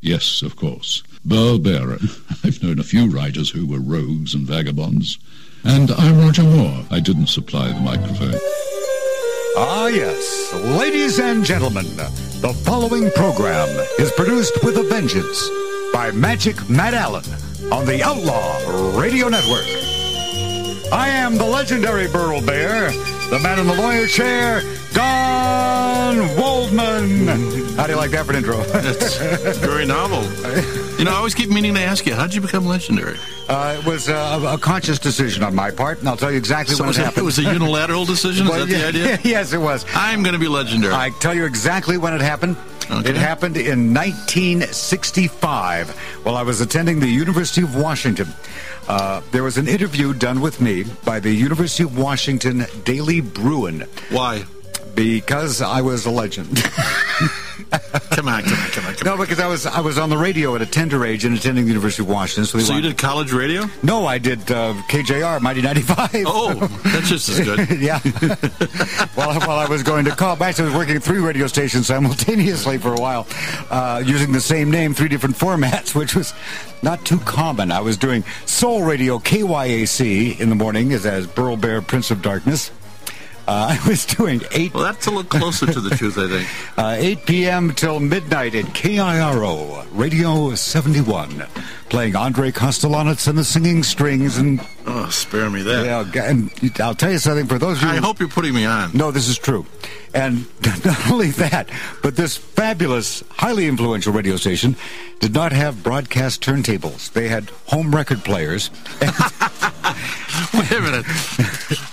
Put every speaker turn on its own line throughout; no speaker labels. Yes, of course. Burl Bearer. I've known a few writers who were rogues and vagabonds. And I'm Roger Moore. I didn't supply the microphone.
Ah, yes. Ladies and gentlemen, the following program is produced with a vengeance by Magic Matt Allen on the Outlaw Radio Network. I am the legendary Burl Bear, the man in the lawyer chair, Don Waldman. How do you like that for an intro?
That's very novel. You know, I always keep meaning to ask you, how'd you become legendary?
uh, it was uh, a conscious decision on my part, and I'll tell you exactly
So
when
was
it
it,
happened.
was a unilateral decision? Is
Well,
that the idea?
yes, it was.
I'm going to be legendary.
I tell you exactly when it happened.
Okay.
It happened in 1965 while I was attending the University of Washington. Uh, there was an interview done with me by the University of Washington Daily Bruin
Why?
because I was a legend.
Come on, come on, come on, come
no, because I was I was on the radio at a tender age and attending the University of Washington. So, they
on. So you
wanted-
did college radio?
No, I did uh, KJR Mighty 95.
Oh, that's just as good.
yeah. while, while I was going to call, I was working three radio stations simultaneously for a while, uh, using the same name, three different formats, which was not too common. I was doing Soul Radio KYAC in the morning as, as Burl Bear Prince of Darkness. Uh, I was doing 8,
Well, that's a little closer to the truth, I think.
uh, 8 p.m. till midnight at KIRO, Radio 71, playing Andre Castellanets and the Singing Strings. And,
Oh, spare me that.
yeah, and I'll tell you something, for those of you...
I hope you're putting me on.
No, this is true. And not only that, but this fabulous, highly influential radio station did not have broadcast turntables. They had home record players.
Wait a minute.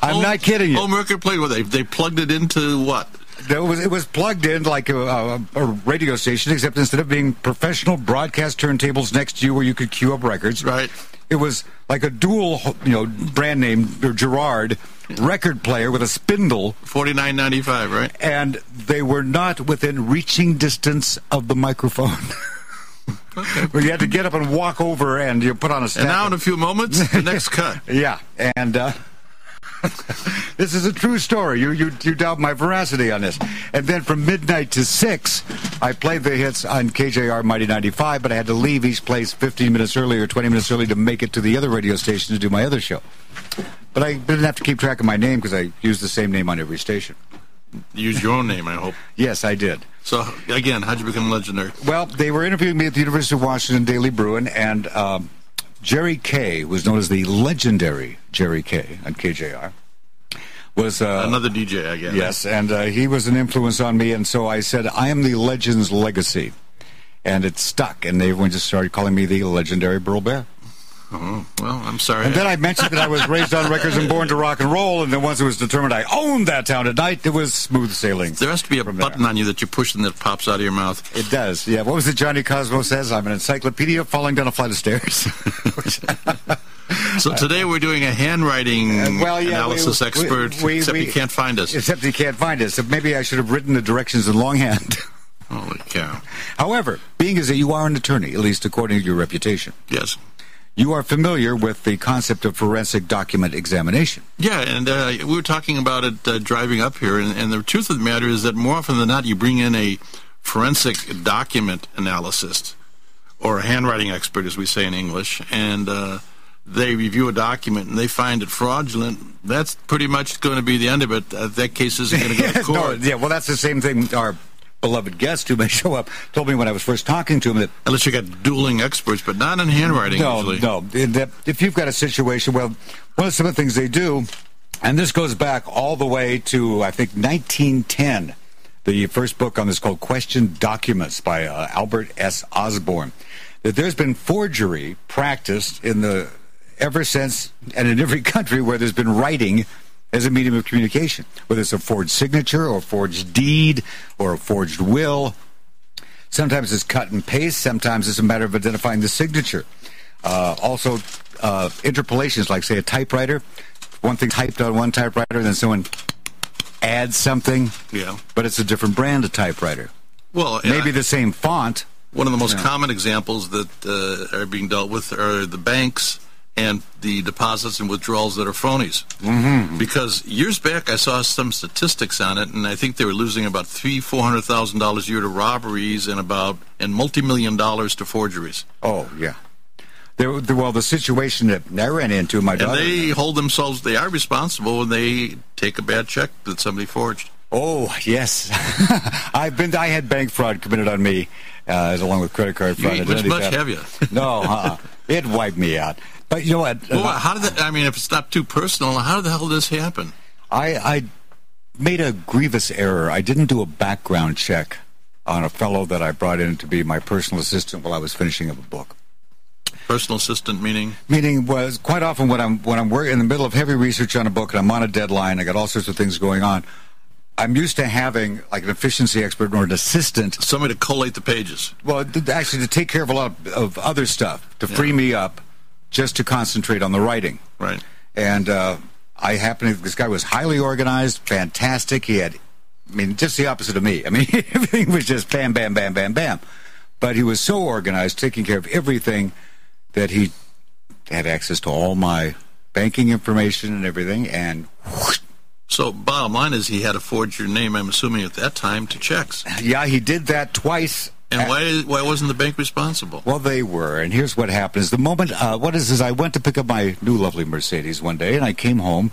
I'm
Home-
not kidding you.
Home record played with they they plugged it into what?
There was, it was plugged in like a, a, a radio station, except instead of being professional broadcast turntables next to you where you could queue up records,
Right.
It was like a dual, you know, brand name or Gerard record player with a spindle,
Forty nine ninety five, right?
and they were not within reaching distance of the microphone.
Okay.
Well, you had to get up and walk over, and you put on a.
And
Stack
now in a few moments, the next cut.
yeah, and uh, this is a true story. You you you doubt my veracity on this. And then from midnight to six, I played the hits on KJR Mighty ninety five, but I had to leave each place fifteen minutes early or twenty minutes early to make it to the other radio station to do my other show. But I didn't have to keep track of my name because I used the same name on every station.
Use your own name, I hope.
Yes, I did.
So again, how'd you become legendary?
Well, they were interviewing me at the University of Washington Daily Bruin, and um, Jerry Kay was known as the legendary Jerry Kay on KJR. Was uh,
Another DJ, I guess.
yes, and uh, he was an influence on me, and so I said, "I am the legend's legacy," and it stuck, and everyone just started calling me the legendary Burl Bear.
Oh, well, I'm sorry.
And then I mentioned that I was raised on records and born to rock and roll, and then once it was determined I owned that town at night, it was smooth sailing.
there has to be a
from there.
button on you that you push and that pops out of your mouth.
It does. Yeah. What was it Johnny Cosmo says? I'm an encyclopedia falling down a flight of stairs.
So today we're doing a handwriting
Uh, well, yeah,
analysis
we- we-
expert,
we-
except
we-
you can't find us.
Except he can't find us. So maybe I should have written the directions in longhand.
Holy cow.
However, being as that you are an attorney, at least according to your reputation,
Yes.
you are familiar with the concept of forensic document examination.
Yeah, and uh, we were talking about it uh, driving up here, and, and the truth of the matter is that more often than not, you bring in a forensic document analyst or a handwriting expert, as we say in English, and uh, they review a document and they find it fraudulent. That's pretty much going to be the end of it. Uh, that case isn't going to go to
no,
court
yeah. Well, that's the same thing. Our beloved guest who may show up told me when I was first talking to him that
unless you got dueling experts, but not in handwriting.
No,
usually.
no. In that- If you've got a situation, well, one of some of the things they do, and this goes back all the way to I think 1910. The first book on this called "Question Documents" by uh, Albert S. Osborne. That there's been forgery practiced in the ever since, and in every country where there's been writing as a medium of communication, whether it's a forged signature or a forged deed or a forged will. Sometimes it's cut and paste. Sometimes it's a matter of identifying the signature. Uh, also, uh, interpolations, like say a typewriter, one thing typed on one typewriter, and then someone adds something.
Yeah.
But it's a different brand of typewriter.
Well,
Maybe
I-
the same font.
One of the most common examples that uh, are being dealt with are the banks and the deposits and withdrawals that are phonies. Mm-hmm. Because years back, I saw some statistics on it, and I think they were losing about three, four hundred thousand dollars a year to robberies, and about and multi-million dollars to forgeries.
Oh, yeah. There, there- well, the situation that I ran into, my
And
daughter.
they hold themselves; they are responsible when they take a bad check that somebody forged.
oh, yes. I've been. I had bank fraud committed on me, uh, along with credit card
You
fraud.
ain't much,
identity
much
theft.
heavier.
no, uh-uh. it wiped me out. But you know what?
Well, how did that? I mean, if it's not too personal, how the hell did this happen?
I, I made a grievous error. I didn't do a background check on a fellow that I brought in to be my personal assistant while I was finishing up a book.
Personal assistant meaning?
Meaning was quite often when I'm when I'm wor- in the middle of heavy research on a book and I'm on a deadline, I got all sorts of things going on. I'm used to having like an efficiency expert or an assistant
Somebody to collate the pages.
Well, th- actually, to take care of a lot of, of other stuff, to free
Yeah.
me up, just to concentrate on the writing.
Right.
And uh, I happened. to- This guy was highly organized, fantastic. He had, I mean, just the opposite of me. I mean, everything was just bam, bam, bam, bam, bam. But he was so organized, taking care of everything, that he had access to all my banking information and everything. And whoosh,
So, bottom line is, he had to forge your name. I'm assuming at that time to checks.
yeah, he did that twice.
And why? Why wasn't the bank responsible?
Well, they were, and here's what happens. The moment, uh, what is this? I went to pick up my new lovely Mercedes one day, and I came home,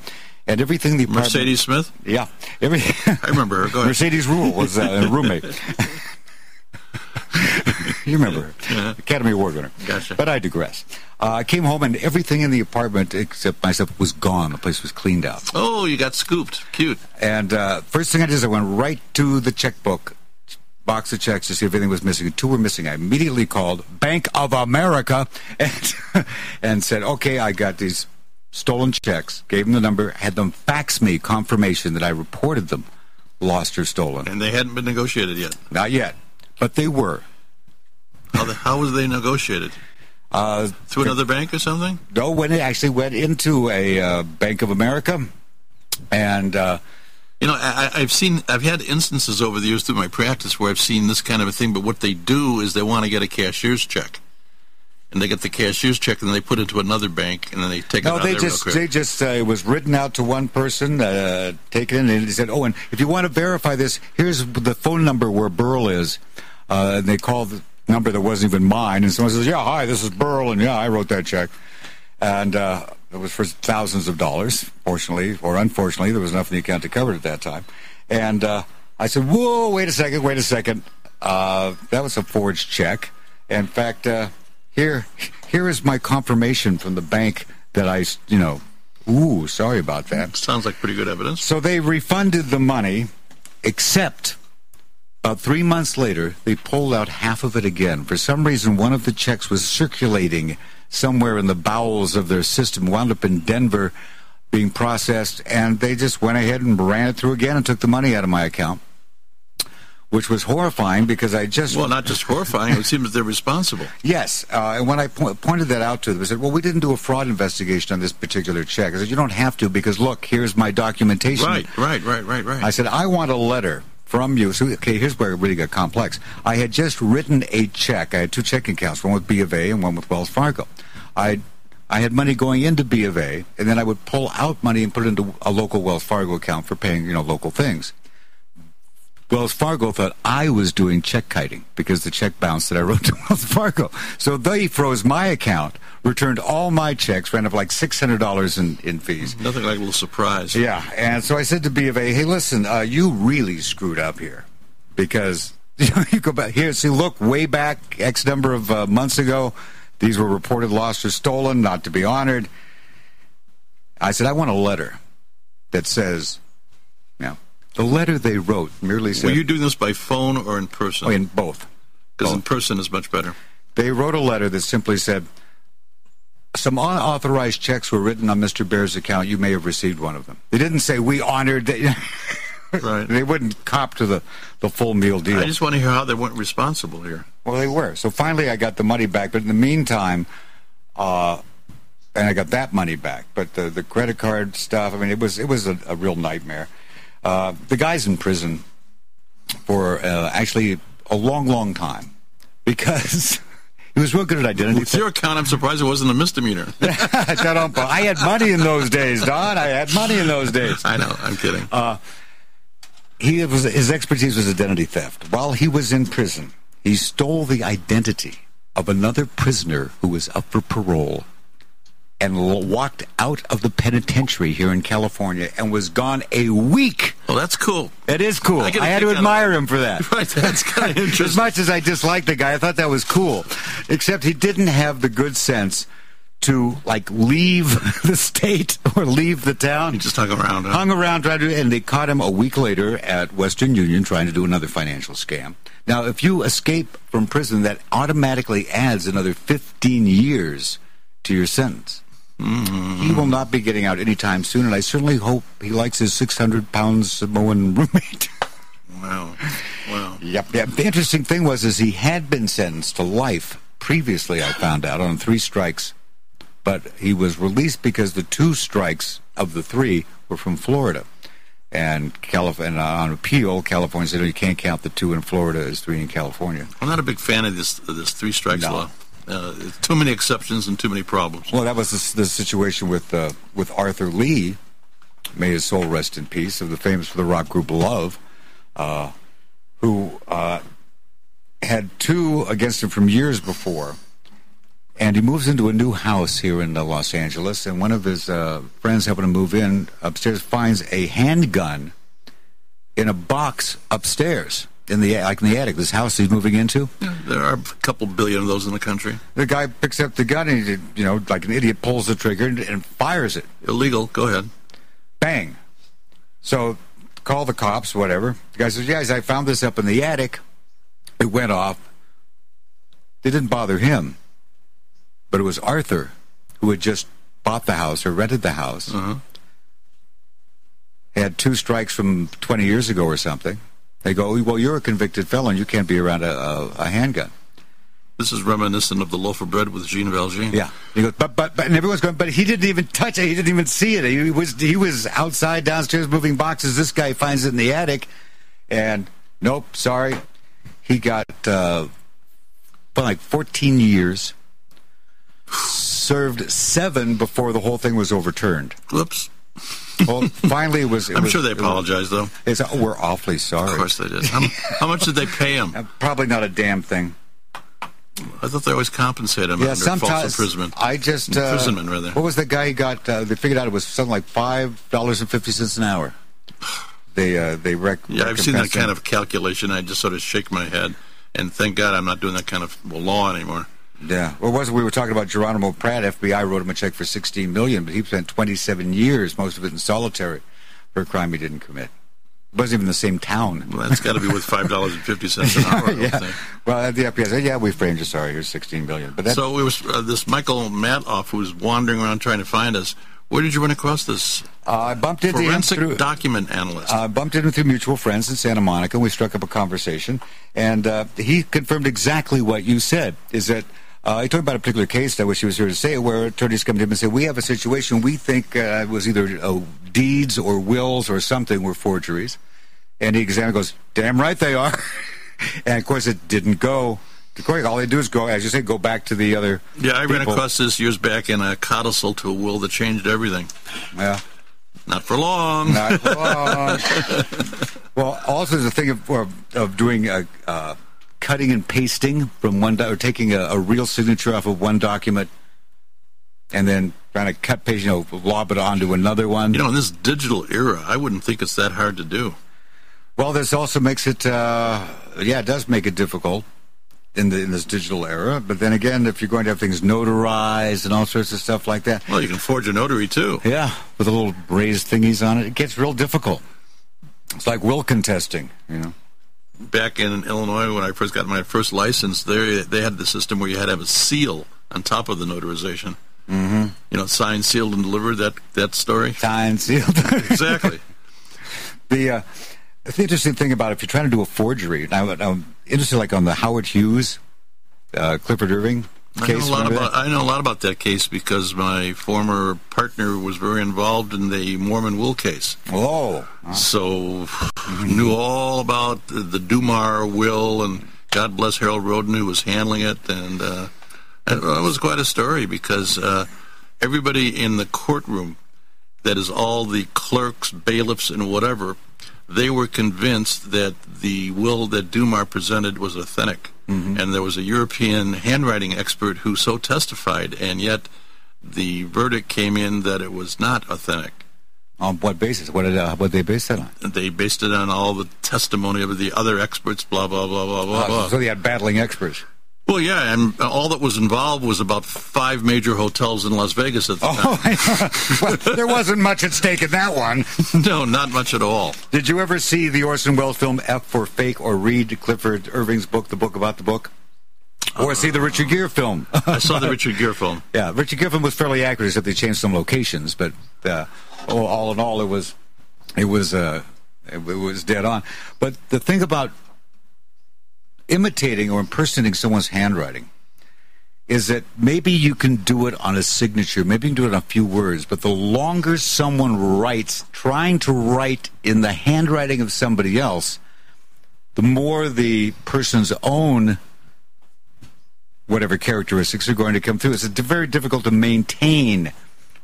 and everything the apartment-
Mercedes Smith.
yeah, every
I remember her. Go ahead.
Mercedes Rule was uh, a roommate. you remember, her. Academy Award winner.
Uh-huh. Gotcha.
But I digress. Uh, I came home, and everything in the apartment except myself was gone. The place was cleaned out.
Oh, you got scooped. Cute.
And uh, first thing I did is I went right to the checkbook box of checks to see if anything was missing. Two were missing. I immediately called Bank of America and and said, "Okay, I got these stolen checks." Gave them the number. Had them fax me confirmation that I reported them lost or stolen.
And they hadn't been negotiated yet.
Not yet, but they were.
How, the, how was they negotiated?
Uh,
Through another bank or something?
No, when it actually went into a uh, Bank of America, and. Uh,
You know, I, I- I've seen, I've had instances over the years through my practice where I've seen this kind of a thing. But what they do is they want to get a cashier's check, and they get the cashier's check, and they put it to another bank, and then they take it
No,
out
they
of there
just
real
they
quick.
just uh, it was written out to one person, uh, taken, and he said, "Oh, and if you want to verify this, here's the phone number where Burl is." Uh, and they called the number that wasn't even mine, and someone says, "Yeah, hi, this is Burl, and yeah, I wrote that check." And uh, it was for thousands of dollars. Fortunately or unfortunately, there was enough in the account to cover it at that time. And uh, I said, "Whoa, wait a second, wait a second. Uh, that was a forged check. In fact, uh, here, here is my confirmation from the bank that I, s- you know, ooh, sorry about that."
Sounds like pretty good evidence.
So they refunded the money, except about three months later, they pulled out half of it again. For some reason, one of the checks was circulating somewhere in the bowels of their system, wound up in Denver being processed, and they just went ahead and ran it through again and took the money out of my account, which was horrifying because I just.
Well, not just horrifying. it seems they're responsible.
Yes, uh, and when I po- pointed that out to them, I said, "Well, we didn't do a fraud investigation on this particular check." I said, "You don't have to because look, here's my documentation."
Right, right, right, right, right.
I said, "I want a letter from you." So, okay, here's where it really got complex. I had just written a check. I had two checking accounts, one with B of A and one with Wells Fargo. I I had money going into B of A, and then I would pull out money and put it into a local Wells Fargo account for paying, you know, local things. Wells Fargo thought I was doing check kiting because the check bounced that I wrote to Wells Fargo. So they froze my account, returned all my checks, ran up like $600 in, in fees.
Nothing like a little surprise.
Yeah, and so I said to B of A, hey, listen, uh, you really screwed up here because you, know, you go back here, see, look, way back X number of uh, months ago, these were reported lost or stolen, not to be honored. I said, I want a letter that says, now, the letter they wrote merely said,
Were you doing this by phone or in person?
Oh, in both.
Because in person is much better.
They wrote a letter that simply said, some unauthorized checks were written on Mr. Bear's account. You may have received one of them. They didn't say we honored. The,
Right.
they wouldn't cop to the, the full meal deal.
I just want to hear how they weren't responsible here.
Well, they were. So finally, I got the money back. But in the meantime, uh, and I got that money back. But the, the credit card stuff. I mean, it was it was a, a real nightmare. Uh, the guy's in prison for uh, actually a long, long time because He was real good at identity.
With your account, I'm surprised it wasn't a misdemeanor.
Tarumpa. I had money in those days, Don. I had money in those days.
I know. I'm kidding.
He was his expertise was identity theft. While he was in prison, he stole the identity of another prisoner who was up for parole and l- walked out of the penitentiary here in California and was gone a week.
well, that's cool.
That is cool. I,
I gotta
had to
think that
admire him for that.
Right. That's kind of
As
interesting.
much as I disliked the guy, I thought that was cool. Except he didn't have the good sense to like leave the state or leave the town.
Just hung around. Huh?
hung around trying to, and they caught him a week later at Western Union trying to do another financial scam. Now, if you escape from prison, that automatically adds another 15 years to your sentence. He will not be getting out anytime soon, and I certainly hope he likes his 600 pound Samoan roommate.
Wow. Wow.
Yep, yep. The interesting thing was is he had been sentenced to life previously, I found out, on three strikes, but he was released because the two strikes of the three were from Florida. And Calif- and uh, on appeal, California said, "Oh, you can't count the two in Florida as three in California.
I'm not a big fan of this of this three strikes
No.
law. Uh, it's too many exceptions and too many problems.
Well, that was the, s- the situation with, uh, with Arthur Lee, may his soul rest in peace, of the famous for the rock group Love, uh, who uh, had two against him from years before. And he moves into a new house here in uh, Los Angeles, and one of his uh, friends helping him move in upstairs finds a handgun in a box upstairs in the like in the attic. This house he's moving into.
There are a couple billion of those in the country.
The guy picks up the gun and he, you know, like an idiot, pulls the trigger and, and fires it.
Illegal. Go ahead.
bang. So call the cops, whatever. The guy says, Guys, I found this up in the attic. It went off. They didn't bother him. But it was Arthur who had just bought the house or rented the house. Had two strikes from 20 years ago or something. They go, "Oh, Well, you're a convicted felon. You can't be around a, a, a handgun.
This is reminiscent of the loaf of bread with Jean Valjean.
Yeah. He goes, but, but, but, and everyone's going, but he didn't even touch it. He didn't even see it. He was, he was outside downstairs moving boxes. This guy finds it in the attic and nope, sorry. He got, uh, for like 14 years, served seven before the whole thing was overturned.
Whoops.
Well, finally it was, it
I'm
was-
sure they
it was-
apologized, though.
It's, oh, we're awfully sorry.
Of course they did. How, how much did they pay him?
Uh, Probably not a damn thing.
I thought they always compensate him
Yeah,
under false
sometimes
imprisonment.
I just uh,
Imprisonment, rather.
What was the guy who got? Uh, they figured out it was something like five dollars and fifty cents an hour. They uh, they rec-
yeah, I've seen that
recompensed him.
kind of calculation. I just sort of shake my head. And thank God I'm not doing that kind of law anymore.
Yeah, well, was it we were talking about Geronimo Pratt? FBI wrote him a check for sixteen million, but he spent twenty seven years, most of it in solitary, for a crime he didn't commit. wasn't even in the same town.
Well, that's got to be with $5.50 an hour, I would
yeah.
think.
Well, at the FBI said, "Yeah, we framed you. Sorry, here's sixteen million. But that
So it was uh, this Michael Matoff who was wandering around trying to find us. Where did you run across this
uh, I bumped into him
forensic
through.
document analyst?
uh, bumped into through mutual friends in Santa Monica. and We struck up a conversation, and uh, he confirmed exactly what you said. Is that uh, he talked about a particular case that I wish he was here to say, where attorneys come to him and say, "We have a situation we think uh, was either uh, deeds or wills or something were forgeries," and he examined, goes, "Damn right they are," and of course it didn't go. Of course, all they do is go, as you say, go back to the other.
yeah, I ran
people.
across this years back in a codicil to a will that changed everything.
Yeah.
Not for long.
Not wrong. well, also there's a thing of of, of doing uh uh, cutting and pasting from one do- or taking a, a real signature off of one document and then trying to cut paste, you know, lob it onto another one.
You know, in this digital era, I wouldn't think it's that hard to do.
well, this also makes it, uh, yeah, it does make it difficult. In, the, in this digital era, but then again, if you're going to have things notarized and all sorts of stuff like that,
Well, you can forge a notary too.
yeah, with the little raised thingies on it, it gets real difficult. It's like will contesting, you know.
Back in Illinois, when I first got my first license, there they had the system where you had to have a seal on top of the notarization. Mm-hmm. You know, signed, sealed, and delivered. That that story.
Signed, sealed.
Exactly.
The uh, the interesting thing about if you're trying to do a forgery, and I, would- I'm interested, like on the Howard Hughes, uh, Clifford Irving
I know,
case.
a lot
remember
about,
that?
I know a lot about that case because my former partner was very involved in the Mormon wool case.
Oh,
So knew all about the, the Dumar will and God bless Harold Roden who was handling it and uh, That was quite a story because uh, everybody in the courtroom, that is all the clerks, bailiffs, and whatever, they were convinced that the will that Dumar presented was authentic. And there was a European handwriting expert who so testified, and yet the verdict came in that it was not authentic.
On what basis? What did uh, what they base that on?
They based it on all the testimony of the other experts, blah, blah, blah, blah, blah,
Oh,
blah.
so they had battling experts.
Well, yeah, and all that was involved was about five major hotels in Las Vegas at the
Oh, well, there wasn't much at stake in that one.
time. No, not much at all.
Did you ever see the Orson Welles film F for Fake or read Clifford Irving's book, The Book About the Book? Or see the Richard Gere film?
I saw the Richard Gere film.
yeah, Richard Gere film was fairly accurate, except they changed some locations. But uh, all, all in all, it was it was uh, it, it was dead on. But the thing about imitating or impersonating someone's handwriting is that maybe you can do it on a signature, maybe you can do it on a few words, but the longer someone writes, trying to write in the handwriting of somebody else, the more the person's own whatever characteristics are going to come through. It's very difficult to maintain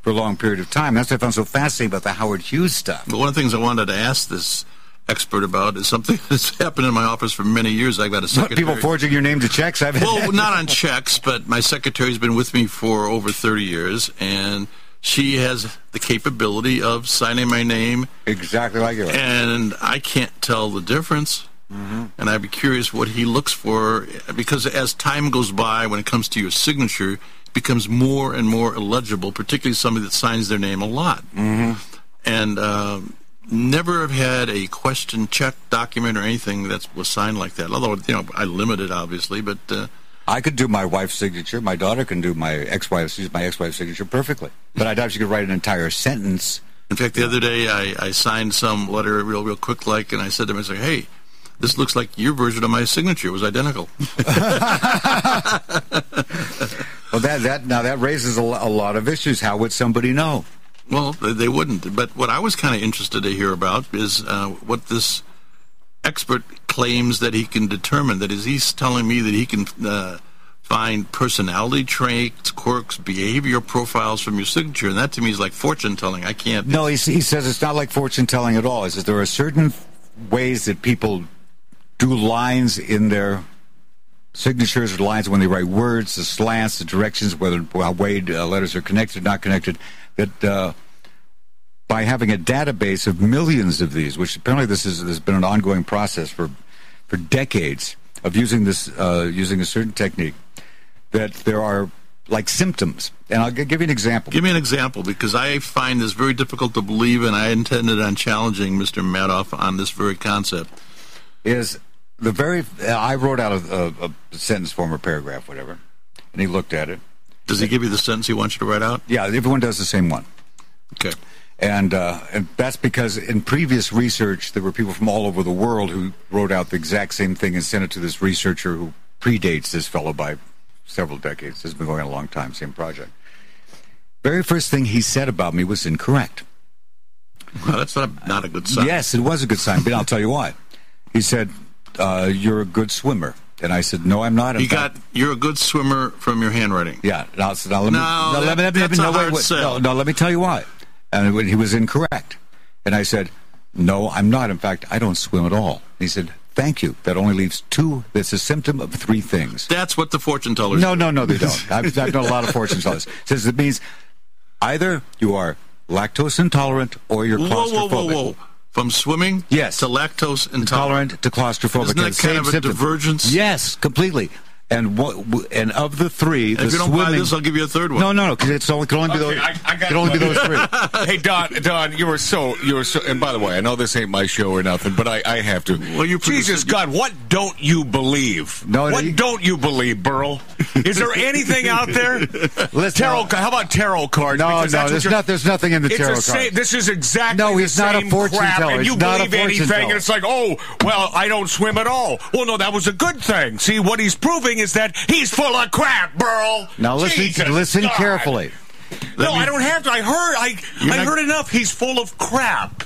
for a long period of time. That's what I found so fascinating about the Howard Hughes stuff.
But one of the things I wanted to ask this expert about is something that's happened in my office for many years. I got a
What,
secretary.
people forging your name to checks? I've
well, not on checks, but my secretary's been with me for over 30 years, and she has the capability of signing my name
exactly like you.
and I can't tell the difference. And I'd be curious what he looks for because as time goes by, when it comes to your signature, it becomes more and more illegible, particularly somebody that signs their name a lot. And um, never have had a question, check, document, or anything that was signed like that. Although you know, I limit it obviously, but uh,
I could do my wife's signature. My daughter can do my ex-wife's use my ex-wife's signature perfectly. But I doubt she could write an entire sentence.
In fact, the other day I, I signed some letter real, real quick, like, and I said to him, I said, hey, this looks like your version of my signature was identical.
Well, that that now that raises a, lo- a lot of issues. How would somebody know?
Well, they, they wouldn't. But what I was kind of interested to hear about is uh, what this expert claims that he can determine. That is, he's telling me that he can uh, find personality traits, quirks, behavior profiles from your signature, and that to me is like fortune telling. I can't.
No, he, s- he says it's not like fortune telling at all. He says there are certain ways that people do lines in their signatures or lines when they write words, the slants, the directions, whether how weighed uh, letters are connected, not connected. That uh, by having a database of millions of these, which apparently this is has been an ongoing process for for decades of using this uh, using a certain technique, that there are like symptoms, and I'll g- give you an example.
Give me an example because I find this very difficult to believe, and I intended on challenging Mr. Madoff on this very concept.
is the very I wrote out a, a, a sentence form or paragraph, whatever, and he looked at it.
Does he give you the sentence he wants you to write out?
Yeah, everyone does the same one,
Okay.
and uh, and that's because in previous research there were people from all over the world who wrote out the exact same thing and sent it to this researcher who predates this fellow by several decades. This has been going on a long time, same project. Very first thing he said about me was incorrect.
Well, that's not, not a good sign.
Yes, it was a good sign, but I'll tell you why. He said, uh, "You're a good swimmer," and I said, "No, I'm not." In
You
fact,
got you're a good swimmer from your handwriting.
Yeah. Now, so now let me,
No,
now let me,
that-
let me-
that's a
no, wait,
hard
wait,
sell.
No, no, let me tell you why. And when he was incorrect. And I said, no, I'm not. In fact, I don't swim at all. He said, thank you. That only leaves two. That's a symptom of three things.
That's what the fortune tellers.
No, no, no, they don't. I've, I've done a lot of fortune tellers. Says it means either you are lactose intolerant or you're
do. Whoa, whoa,
claustrophobic.
whoa, whoa! From swimming,
Yes.
to lactose intolerant.
Tolerant to claustrophobic.
Isn't that
They're the
kind
same
of a
symptom.
divergence?
Yes, completely. And what? And of the three, the
If you don't
swimming,
buy this, I'll give you a third one.
No, no, no, because it's only can only be
Okay,
those.
I- I got
can only be those three.
hey Don, Don, you were so you were so. And by the way, I know this ain't my show or nothing, but I, I have to.
Well, you produced
Jesus
it.
God, what don't you believe?
No,
what
no, you-
don't you believe, Burl? Is there anything out there?
Let's
tarot.
not-
ca- How about tarot cards?
No,
Because that's
no,
what
there's
you're-
not- there's nothing in the
It's
tarot
the same-
cards.
This is exactly
No,
the
he's not a
same
fortune
crap,
teller.
And you
He's not a
believe
fortune
anything, and
teller.
it's like, oh, well, I don't swim at all. Well, no, that was a good thing. See, what he's proving is that he's full of crap, Burl.
Now listen,
Jesus
listen
God.
carefully.
No, I don't have to. I heard. I, I
not-
heard enough. He's full of crap.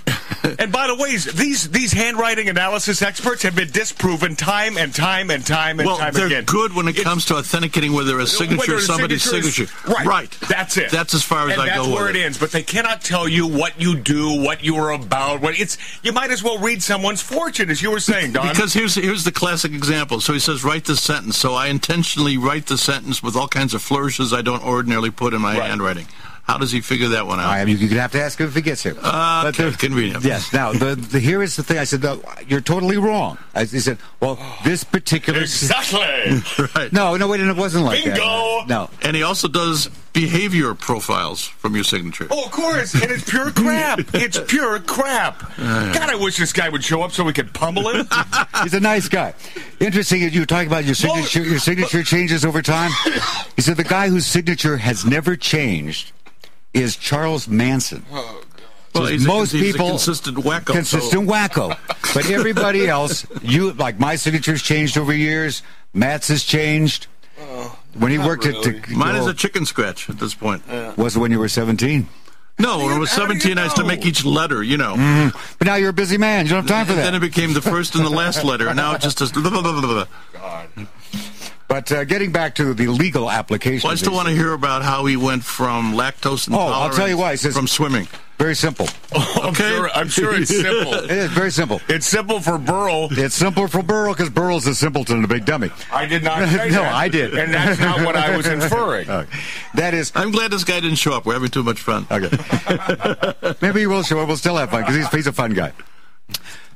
And by the way, these these handwriting analysis experts have been disproven time and time and time and
well,
time
they're
again.
good when it
It's-
comes to authenticating whether a signature
Whether
or
the
somebody's
is-
signature.
Right. That's it.
That's as far as
And
I
that's
go
where
with
it
it.
ends. But they cannot tell you what you do, what you are about. What it's you might as well read someone's fortune, as you were saying, Don.
Because here's here's the classic example. So he says, write this sentence. So I intentionally write the sentence with all kinds of flourishes I don't ordinarily put in my
Right.
handwriting. How does he figure that one out?
I am. You're gonna have to ask him if he gets here. Uh,
okay, convenient.
Yes. Now, the, the here is the thing. I said, no, you're totally wrong. I, he said, well, this particular.
exactly.
right.
No, no, wait, and it wasn't like that.
Bingo!
No.
And he also does behavior profiles from your signature.
Oh, of course, and it's pure crap. It's pure crap.
Uh.
God, I wish this guy would show up so we could pummel him.
He's a nice guy. Interesting, you were talking about your signature. Your signature changes over time. He said the guy whose signature has never changed is Charles Manson.
well, he's a-
Most
he's a
people
consistent wacko. so-
consistent wacko. But everybody else, you like my signature's changed over years. Matt's has changed. when he worked at to,
Mine is a chicken scratch at this point.
was it when you were seventeen.
no, when I was
how do you
17, I used to
know?
make each letter, you know.
But now you're a busy man. You don't have Mm-hmm. time for
And
that.
then it became the first and the last letter. Now it just is. Blah, blah, blah, blah, blah.
but uh, getting back to the legal application,
Well, I
of
still
these,
want to hear about how he went from lactose intolerance.
Oh, I'll tell you why. It says-
from swimming.
very simple.
I'm,
Okay.
sure, I'm sure it's simple.
It is very simple.
It's simple for Burl.
It's simple for Burl because Burl's a simpleton and a big dummy.
I did not say
No,
that.
I did.
And that's not what I was inferring.
Uh, that is
I'm glad this guy didn't show up. We're having too much fun.
Okay. Maybe he will show up. We'll still have fun because he's, he's a fun guy.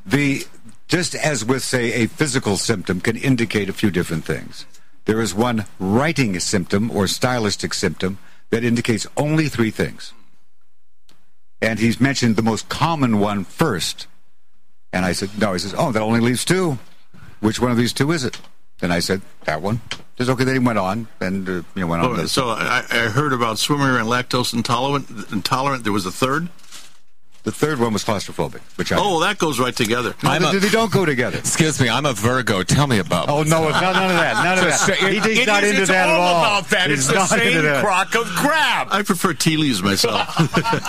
The just as with say a physical symptom can indicate a few different things. There is one writing symptom or stylistic symptom that indicates only three things. And he's mentioned the most common one first. And I said, no. He says, oh, that only leaves two. Which one of these two is it? And I said, that one. He says, okay. Then he went on and uh, you know, went on.
All
and-
right, so I, I heard about swimmer and lactose intolerant. Intolerant. There was a third.
the third one was claustrophobic, which I.
Oh, well, that goes right together.
No,
I'm
they-
a-
they don't go together.
Excuse me, I'm a Virgo. Tell me about.
Oh no, it's not none of that. None of that. He-
It-
he's
it
not
is-
into
it's
that
all
at all.
about that.
He's
It's the
not into
same
that.
crock of crap.
I prefer tea leaves myself.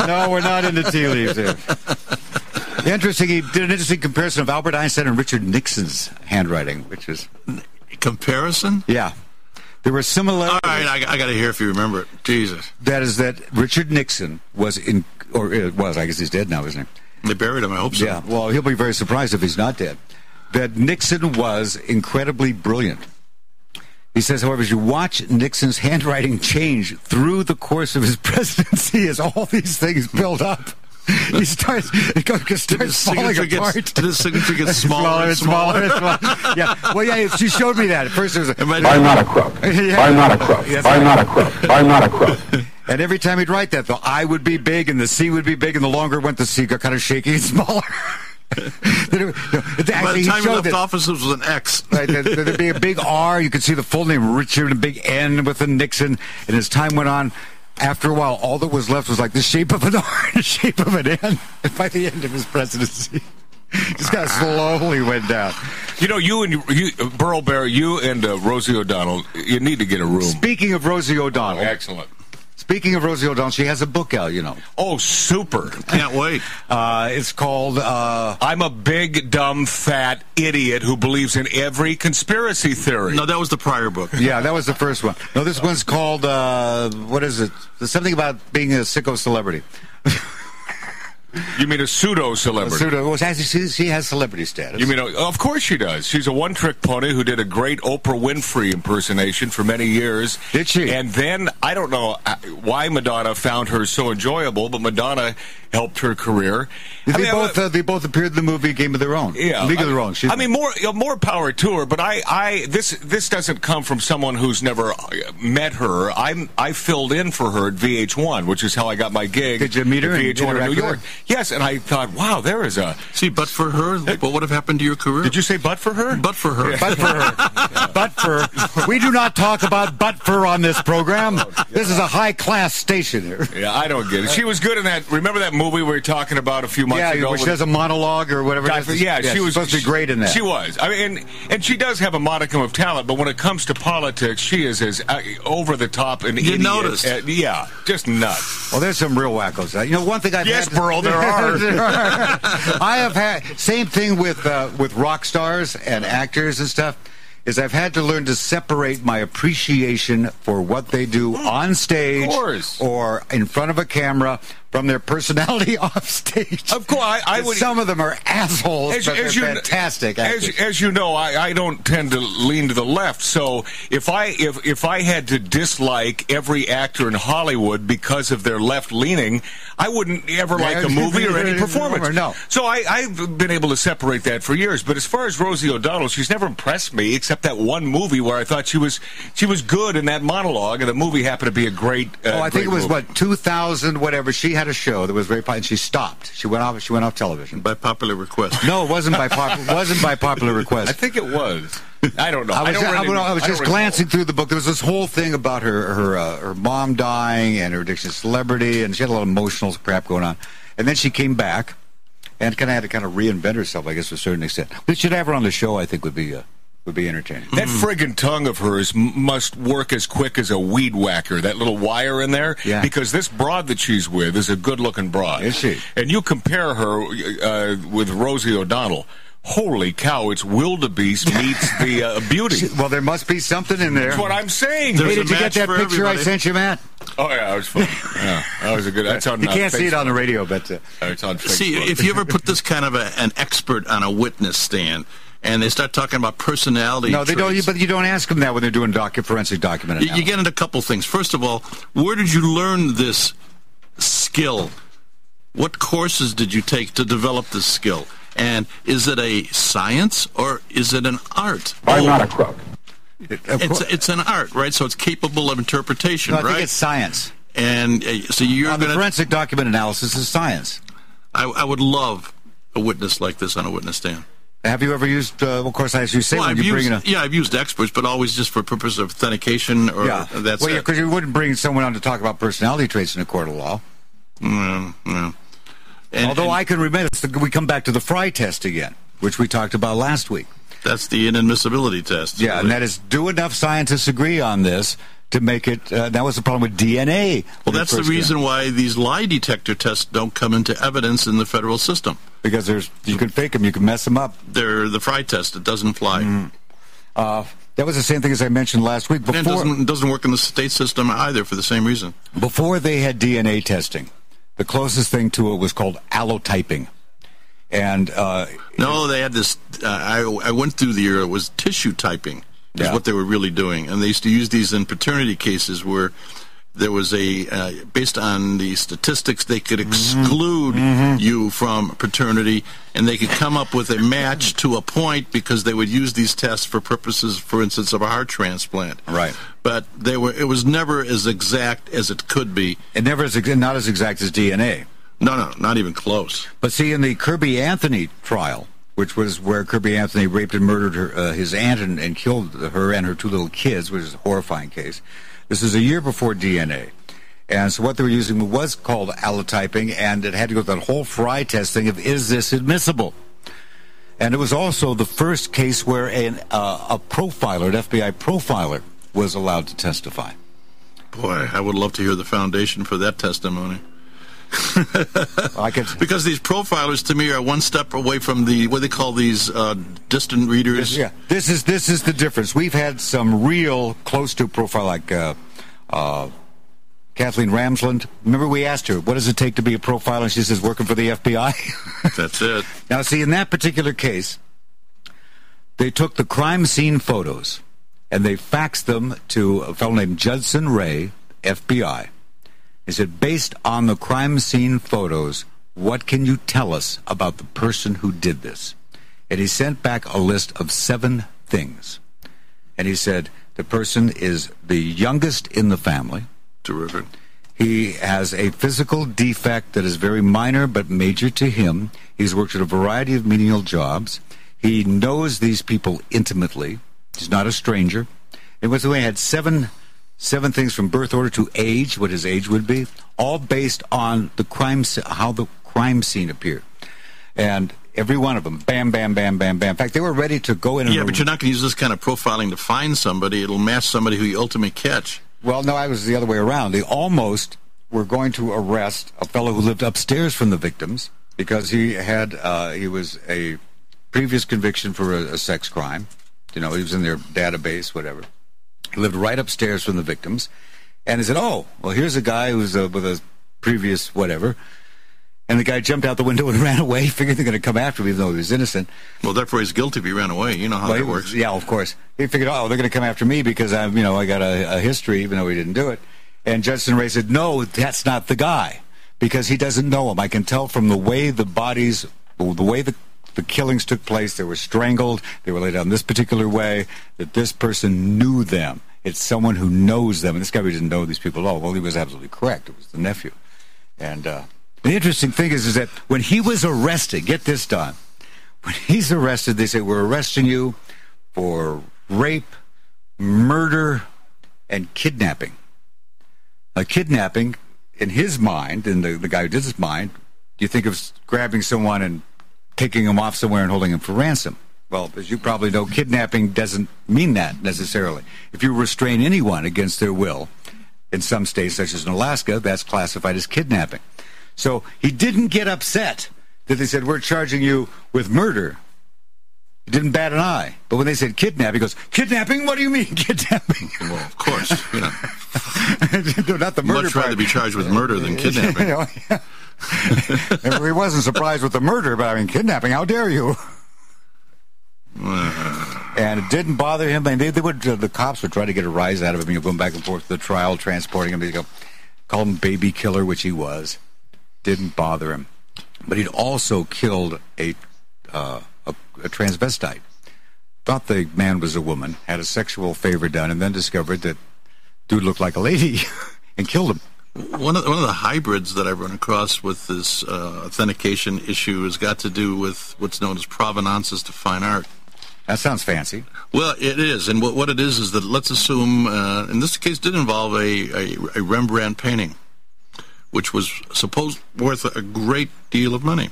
No, we're not into tea leaves here. Interesting. He did an interesting comparison of Albert Einstein and Richard Nixon's handwriting, which is
Comparison.
yeah. There were
All
similarities.
right, I, got to hear if you remember it. Jesus,
That is that Richard Nixon was in, or uh, was I guess he's dead now, isn't he?
they buried him. I hope so.
Yeah, well, he'll be very surprised if he's not dead. That Nixon was incredibly brilliant. He says, however, as you watch Nixon's handwriting change through the course of his presidency, as all these things build up, he starts, it goes- it
Did his
starts falling
signature
apart.
gets did his signature gets smaller and smaller?
and smaller. yeah. Well, yeah. She showed me that at first. It was
Am I-
I'm not a crook.
Yeah.
I'm not a crook.
Yes,
I'm not a crook. I'm not a crook.
And every time he'd write that, the I would be big and the C would be big, and the longer it went, the C got kind of shaky and smaller. Then it- no, it
By
actually,
the
he
time he
showed
left
that-
office, it was an X.
Right, there- there'd be a big R. You could see the full name Richard, and a big N with a Nixon. And as time went on, after a while, all that was left was like the shape of an R, and the shape of an N. And by the end of his presidency, just kind of slowly went down.
You know, you and you, Burl Bear, you and uh, Rosie O'Donnell, you need to get a room.
Speaking of Rosie O'Donnell,
Excellent.
speaking of Rosie O'Donnell, she has a book out. You know,
Oh, super.
Can't wait.
uh, it's called. Uh,
I'm a big, dumb, fat idiot who believes in every conspiracy theory.
No, that was the prior book.
yeah, that was the first one. No, this one's called. Uh, what is it? Something about being a sicko celebrity.
You mean a pseudo celebrity?
Pseudo. well, she- She has celebrity status.
You mean, uh, of course she does. She's a one trick pony who did a great Oprah Winfrey impersonation for many years.
Did she?
And then, I don't know uh, why Madonna found her so enjoyable, but Madonna helped her career.
They
I mean,
both uh, they both appeared in the movie Game of Their Own.
Yeah,
League
I,
of Their Own. excuse
I mean, more you know, more power to her. But I, I this this doesn't come from someone who's never uh, met her. I'm I filled in for her at VH1, which is how I got my gig.
Did you meet her
At
and
VH1 in
interact
New
with
York.
her?
Yes, and I thought, wow, there is a.
See, but for her, what would have happened to your career?
Did you say butt for her?
But for her,
but for her. but for we do not talk about but for on this program. This is a high class station here.
Yeah, I don't get it. She was good in that. Remember that movie we were talking about a few months
yeah,
ago.
where she
with-
does a monologue or whatever. it
Guy-
is.
yeah, she
she's
was
supposed to be great in that.
She was. I mean, and, and she does have a modicum of talent, but when it comes to politics, she is as uh, over the top and idiot.
noticed.
uh, yeah, just nuts.
Well, there's some real wackos. Uh, You know, one thing I've
Yes,
had-
Burl, there are.
There are. I have had same thing with uh, with rock stars and actors and stuff. Is I've had to learn to separate my appreciation for what they do on stage
Hmm. course.
or in front of a camera from their personality off stage.
Of course, I, I
And
would.
Some of them are assholes, but they're fantastic.
As,
actors.
as you know, I, I don't tend to lean to the left. So if I if if I had to dislike every actor in Hollywood because of their left leaning, I wouldn't ever like a movie or any performance.
No.
So I, I've been able to separate that for years. But as far as Rosie O'Donnell, she's never impressed me except that one movie where I thought she was she was good in that monologue, and the movie happened to be a great. Uh,
oh, I think
great
it was
movie.
what 2000, whatever. She had a show that was very popular. and She stopped. She went off. She went off television.
by popular request.
No, it wasn't by popular. wasn't by popular request.
I think it was. I don't know.
I was,
don't
I
really-
was- I was
I don't
just
recall.
glancing through the book. There was this whole thing about her her uh, her mom dying and her addiction to celebrity, and she had a lot of emotional crap going on. And then she came back and kind of had to kind of reinvent herself, I guess, to a certain extent. We should have her on the show. I think would be uh, would be entertaining.
That friggin' tongue of hers m- must work as quick as a weed whacker. That little wire in there,
Yeah.
because this broad that she's with is a good-looking broad.
Is she?
And you compare her uh, with Rosie O'Donnell. Holy cow! It's wildebeest meets the uh, beauty.
She- well, there must be something in there.
That's what I'm saying.
hey,
There's
did
a
you get
match
that
for
picture I
everybody.
sent you, Matt?
oh yeah, that was fun. Yeah, that was a good. That's on.
You
uh,
can't see it
Facebook.
on the radio, but uh,
It's on Facebook.
See, if you ever put this kind of a, an expert on a witness stand, and they start talking about personality,
no, they don't. You,
traits,
but you don't ask them that when they're doing docu- forensic document
you,
analysis.
you get into a couple things. First of all, where did you learn this skill? What courses did you take to develop this skill? And is it a science or is it an art?
I'm
Oh,
not a crook.
Of
it's
course-
it's an art, right? So it's capable of interpretation,
no, I
right?
think it's science.
and uh, so you're
On the
going to.
forensic document analysis is science.
I, I would love a witness like this on a witness stand.
Have you ever used? Uh, of course, as you say,
Well,
when
I've
you bring
used, E
in a
yeah, I've used experts, but always just for purpose of authentication or
yeah,
that's
well,
it.
because you wouldn't bring someone on to talk about personality traits in a court of law.
Mm, yeah. And,
Although
and
I can remember, it's the- we come back to the Fry test again, which we talked about last week.
that's the inadmissibility test.
Yeah, and that is, do enough scientists agree on this to make it? Uh, that was the problem with DNA.
well,
when it
that's the
first came
reason why these lie detector tests don't come into evidence in the federal system.
out. because there's you can fake them, you can mess them up.
They're the Fry test; it doesn't fly,
Mm. Uh, that was the same thing as I mentioned last week.
and it
Before
doesn't it doesn't work in the state system either for the same reason.
Before they had DNA testing, the closest thing to it was called allotyping. And uh,
No, they had this. Uh, I I went through the era. It was tissue typing is
Yeah.
what they were really doing, and they used to use these in paternity cases where there was a uh, based on the statistics they could
Mm-hmm.
exclude you from paternity, and they could come up with a match to a point because they would use these tests for purposes, for instance, of a heart transplant.
Right.
But they were. It was never as exact as it could be.
it never is ex- not as exact as DNA.
No, no, not even close.
But see, in the Kirby Anthony trial, which was where Kirby Anthony raped and murdered her, uh, his aunt and, and killed her and her two little kids, which is a horrifying case. This is a year before DNA. And so what they were using was called allotyping, and it had to go through that whole Fry test thing of is this admissible? And it was also the first case where an, uh, a profiler, an FBI profiler, was allowed to testify.
Boy, I would love to hear the foundation for that testimony.
I could,
Because these profilers, to me, are one step away from the what do they call these uh, distant readers.
Yeah, this is this is the difference. We've had some real close to profile like uh, uh, Kathleen Ramsland. Remember, we asked her, "What does it take to be a profiler?" And she says, "Working for the FBI."
That's it.
now, see, in that particular case, they took the crime scene photos and they faxed them to a fellow named Judson Ray, FBI. He said, "Based on the crime scene photos, what can you tell us about the person who did this?" And he sent back a list of seven things. And he said, "The person is the youngest in the family."
Terrific.
He has a physical defect that is very minor but major to him. He's worked at a variety of menial jobs. He knows these people intimately. He's not a stranger. And with the way, he had seven seven things from birth order to age, what his age would be, all based on the crime, sc- how the crime scene appeared. And every one of them, bam, bam, bam, bam, bam. In fact, they were ready to go in. and
Yeah, but you're not going to use this kind of profiling to find somebody. It'll match somebody who you ultimately catch.
Well, no, I was the other way around. They almost were going to arrest a fellow who lived upstairs from the victims because he had uh, he was a previous conviction for a, a sex crime. You know, he was in their database, whatever. He lived right upstairs from the victims, and they said, "Oh, well, here's a guy who's uh, with a previous whatever." And the guy jumped out the window and ran away, figured they're going to come after him, even though he was innocent.
Well, therefore he's guilty if he ran away. You know how
Well, he
that
was-
works.
yeah, of course. He figured, oh, they're going to come after me because I'm, you know, I got a, a history, even though he didn't do it. And Judson Ray said, no, that's not the guy because he doesn't know him. I can tell from the way the bodies, the way the the killings took place. They were strangled. They were laid out in this particular way. That this person knew them. It's someone who knows them. And this guy really didn't know these people at all. Well, he was absolutely correct. It was the nephew. And uh, the interesting thing is, is that when he was arrested, get this done. When he's arrested, they say we're arresting you for rape, murder, and kidnapping. A kidnapping, in his mind, in the, the guy who did this mind, you think of s- grabbing someone and taking him off somewhere and holding him for ransom. Well, as you probably know, kidnapping doesn't mean that necessarily. If you restrain anyone against their will, in some states, such as in Alaska, that's classified as kidnapping. So he didn't get upset that they said, We're charging you with murder he didn't bat an eye. But when they said kidnap, he goes, Kidnapping? What do you mean, kidnapping?
Well, of course. You know,
no, not the murder
much rather
part.
be charged with murder than kidnapping.
You know, yeah. he wasn't surprised with the murder, but I mean, kidnapping, how dare you? and it didn't bother him. And they, they would, uh, the cops would try to get a rise out of him, you know, going back and forth to the trial, transporting him. They go, call him baby killer, which he was. Didn't bother him. But he'd also killed a, uh, a, a transvestite. Thought the man was a woman, had a sexual favor done, and then discovered that dude looked like a lady and killed him.
One of, one of the hybrids that I've run across with this uh, authentication issue has got to do with what's known as provenances to fine art.
That sounds fancy.
Well, it is, and what, what it is is that let's assume, uh, in this case, did involve a, a, a Rembrandt painting, which was supposed worth a great deal of money.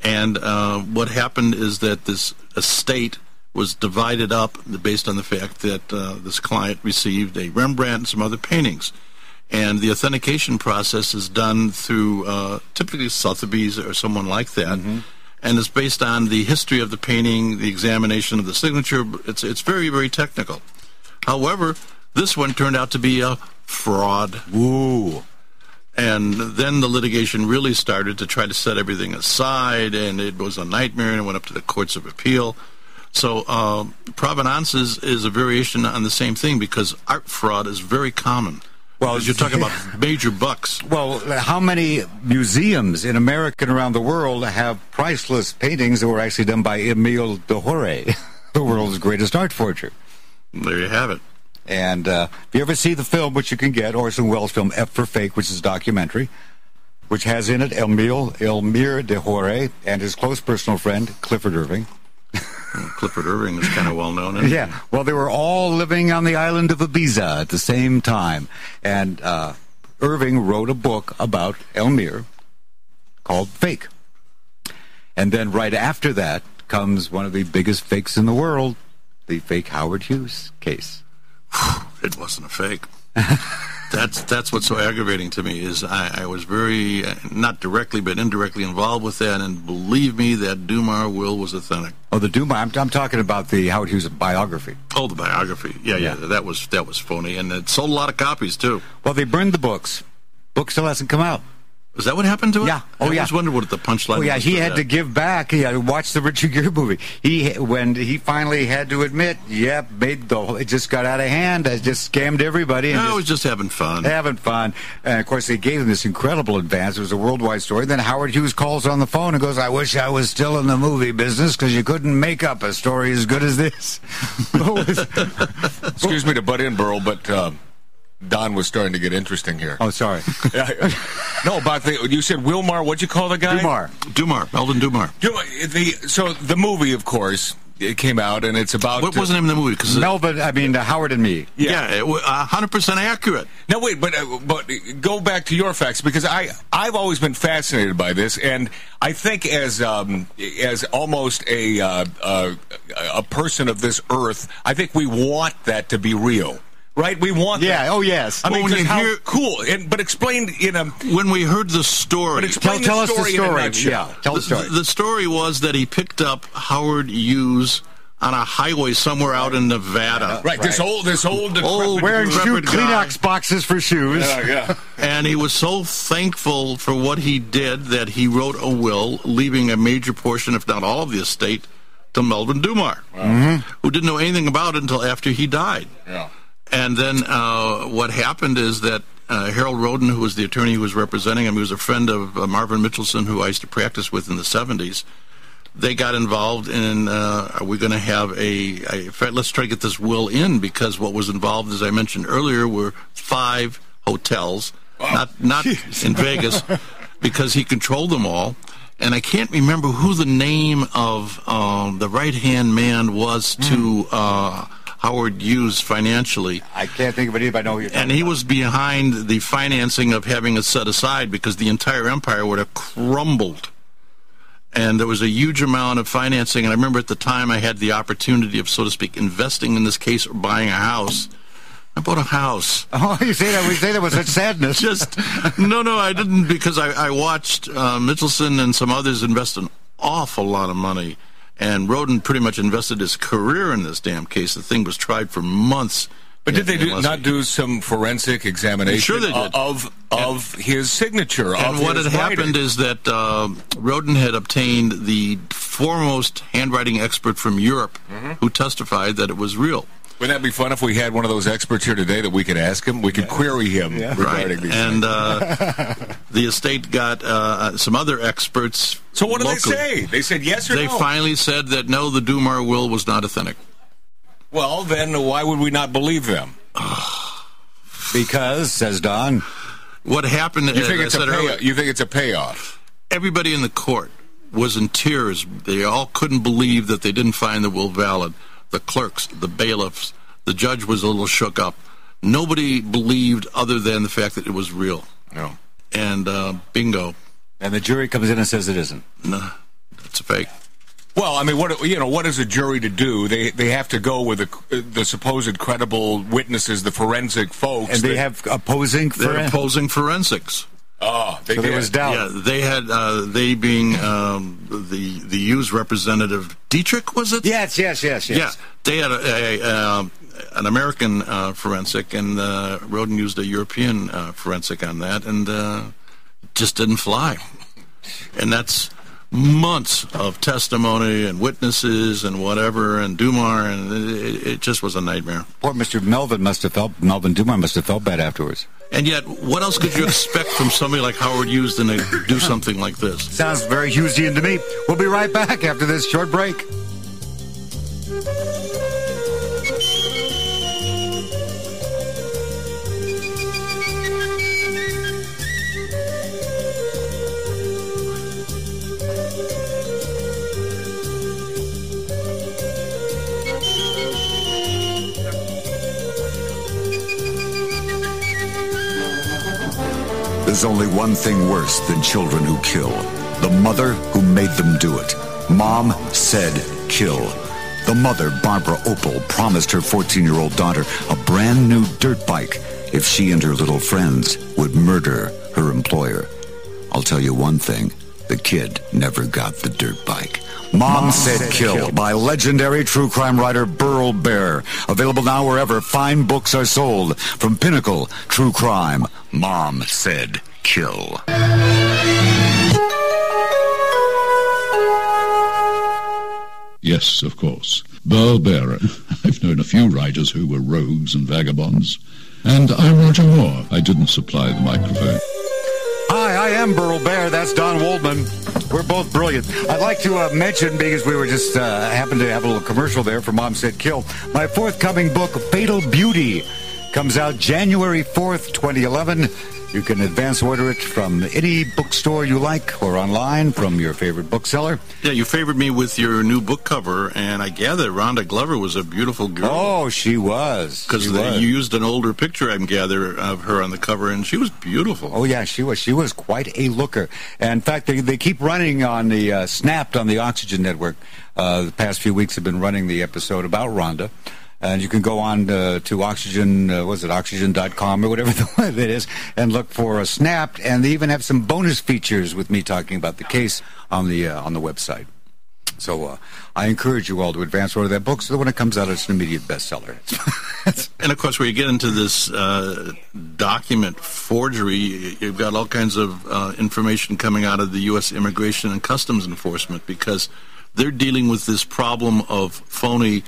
And uh, what happened is that this estate was divided up based on the fact that uh, this client received a Rembrandt and some other paintings. And the authentication process is done through uh, typically Sotheby's or someone like that. And it's based on the history of the painting, the examination of the signature. It's, it's very, very technical. However, this one turned out to be a fraud.
Ooh.
And then the litigation really started to try to set everything aside, and it was a nightmare, and it went up to the courts of appeal. So uh, provenance is, is a variation on the same thing because art fraud is very common.
Well,
Well, you're talking about major bucks.
Well, how many museums in America and around the world have priceless paintings that were actually done by Emile Dore, the world's greatest art forger?
There you have it.
And uh, if you ever see the film, which you can get, Orson Welles' film F for Fake, which is a documentary, which has in it Emile Elmire de Hore and his close personal friend Clifford Irving.
Clifford Irving is kind of well known. isn't he?
Yeah, well, they were all living on the island of Ibiza at the same time, and uh, Irving wrote a book about Elmire called Fake. And then right after that comes one of the biggest fakes in the world, the fake Howard Hughes case.
It wasn't a fake. that's that's what's so aggravating to me is I, I was very uh, not directly but indirectly involved with that, and believe me, that Dumar will was authentic.
Oh, the Duma. I'm, I'm talking about the Howard Hughes biography.
Oh, the biography. Yeah, yeah,
Yeah.
That was that was phony, and it sold a lot of copies too.
Well, they burned the books. Book still hasn't come out.
Is that what happened to it?
Yeah. Oh,
I
yeah.
always wondered what the punchline.
Oh yeah,
was
he
to
had
that.
to give back. Yeah, watch the Richard Gere movie. He when he finally had to admit, yep, made the it just got out of hand. I just scammed everybody and
No, I
just
was just having fun.
having fun. And of course, they gave him this incredible advance. It was a worldwide story. Then Howard Hughes calls on the phone and goes, "I wish I was still in the movie business because you couldn't make up a story as good as this." What was-
Excuse me to butt in, Burl, but um, Don was starting to get interesting here.
oh, sorry,
no, about the you said Wilmar. What'd you call the guy?
Kumar.
Dumar, Eldon Dumar.
You know, the so the movie, of course, it came out, and it's about.
What was the name of the movie? Because
Melvin, I mean, uh, Howard and me.
yeah, it wa- a hundred percent accurate.
Now wait, but uh, but go back to your facts because I I've always been fascinated by this, and I think as um, as almost a uh, uh, a person of this earth, I think we want that to be real, right? We want that.
Yeah. Oh yes.
I mean,
Well, when
'cause
you
how
hear-
cool, and but explained in a
When we heard the story,
But explain
tell us the
in a
story,
nutshell.
yeah. Tell the story.
The story was that he picked up Howard Hughes on a highway somewhere out in Nevada.
Right, this old this
Old
old decrepit-
Wearing shoe
Leopard guy.
Kleenex boxes for shoes.
Yeah, yeah.
And he was so thankful for what he did that he wrote a will leaving a major portion, if not all of the estate, to Melvin Dumar, Mm-hmm. who didn't know anything about it until after he died.
Yeah.
And then uh, what happened is that uh, Harold Roden, who was the attorney who was representing him, he was a friend of uh, Marvin Mitchelson, who I used to practice with in the 70s. They got involved in uh, are we going to have a, a in fact, let's try to get this will in because what was involved, as I mentioned earlier, were five hotels, not not in Vegas, because he controlled them all. And I can't remember who the name of um, the right hand man was to uh, Howard Hughes financially
I can't think of any, but I know who you're.
and he was behind the financing of having it set aside because the entire empire would have crumbled. And there was a huge amount of financing. And I remember at the time I had the opportunity of, so to speak, investing in this case or buying a house. I bought a house.
Oh, you say that? We say that with such sadness.
Just no, no, I didn't because I, I watched uh, Mitchelson and some others invest an awful lot of money, and Roden pretty much invested his career in this damn case. The thing was tried for months.
But did they
in- E.
do,
in Las
not
Vegas.
do some forensic examination
Sure they did.
of of his signature?
And
of
what
his
had
writing?
happened is that uh, Roden had obtained the foremost handwriting expert from Europe
Mm-hmm.
who testified that it was real.
Wouldn't that be fun if we had one of those experts here today that we could ask him? We could query him regarding these things.
And uh, the estate got uh, some other experts.
So what did
locally.
they say? They said yes or
They
no.
finally said that no, the Dumar will was not authentic.
well, then why would we not believe them?
Because, says Don,
What happened?
You
as
think
I
it's a
said earlier,
payoff? You think it's a payoff?
everybody in the court was in tears. They all couldn't believe that they didn't find the will valid. The clerks, the bailiffs, the judge was a little shook up. Nobody believed other than the fact that it was real.
No.
And uh, bingo,
and the jury comes in and says it isn't.
no, it's a fake.
Well, I mean, what you know, what is a jury to do? They they have to go with the, the supposed credible witnesses, the forensic folks.
And they
that-
have opposing.
They're
For,
opposing forensics.
Oh, they
so there
did.
was doubt.
Yeah, they had uh, they being um, the the Hughes representative Dietrich was it?
Yes, yes, yes,
Yeah,
yes.
they had a, a, um an American uh, forensic, and uh, Roden used a European uh, forensic on that, and uh, it just didn't fly. And that's months of testimony and witnesses and whatever, and Dumar, and it, it just was a nightmare.
Poor Mr. Melvin must have felt. Melvin Dumar must have felt bad afterwards.
And yet, what else could you expect from somebody like Howard Hughes than to do something like this?
Sounds very Hughesian to me. We'll be right back after this short break.
There's only one thing worse than children who kill. The mother who made them do it. Mom said kill. The mother, Barbara Opal, promised her 14-year-old daughter a brand new dirt bike if she and her little friends would murder her employer. I'll tell you one thing. The kid never got the dirt bike. Mom, said, kill, by legendary true crime writer Burl Bear. Available now wherever fine books are sold. From Pinnacle, True Crime, Mom said kill.
Yes, of course. Burl Bearer. I've known a few writers who were rogues and vagabonds. And I'm Roger Moore. I didn't supply the microphone.
Hi, I am Burl Bear. That's Don Waldman. We're both brilliant. I'd like to uh, mention, because we were just uh, happened to have a little commercial there for Mom Said Kill, my forthcoming book, Fatal Beauty, comes out January 4th, 2011. You can advance order it from any bookstore you like or online from your favorite bookseller.
Yeah, you favored me with your new book cover, and I gather Rhonda Glover was a beautiful girl.
Oh, she was.
Because
She
you
was.
used an older picture, I'm gather, of her on the cover, and she was beautiful.
Oh yeah, she was. She was quite a looker. And in fact, they, they keep running on the uh, snapped on the Oxygen Network. Uh, the past few weeks have been running the episode about Rhonda. And you can go on uh, to Oxygen, uh, was it Oxygen.com or whatever the web it is, and look for a Snapped. And they even have some bonus features with me talking about the case on the uh, on the website. So uh, I encourage you all to advance order that book so that when it comes out, it's an immediate bestseller.
And of course, where you get into this uh, document forgery, you've got all kinds of uh, information coming out of the U.S. Immigration and Customs Enforcement because they're dealing with this problem of phony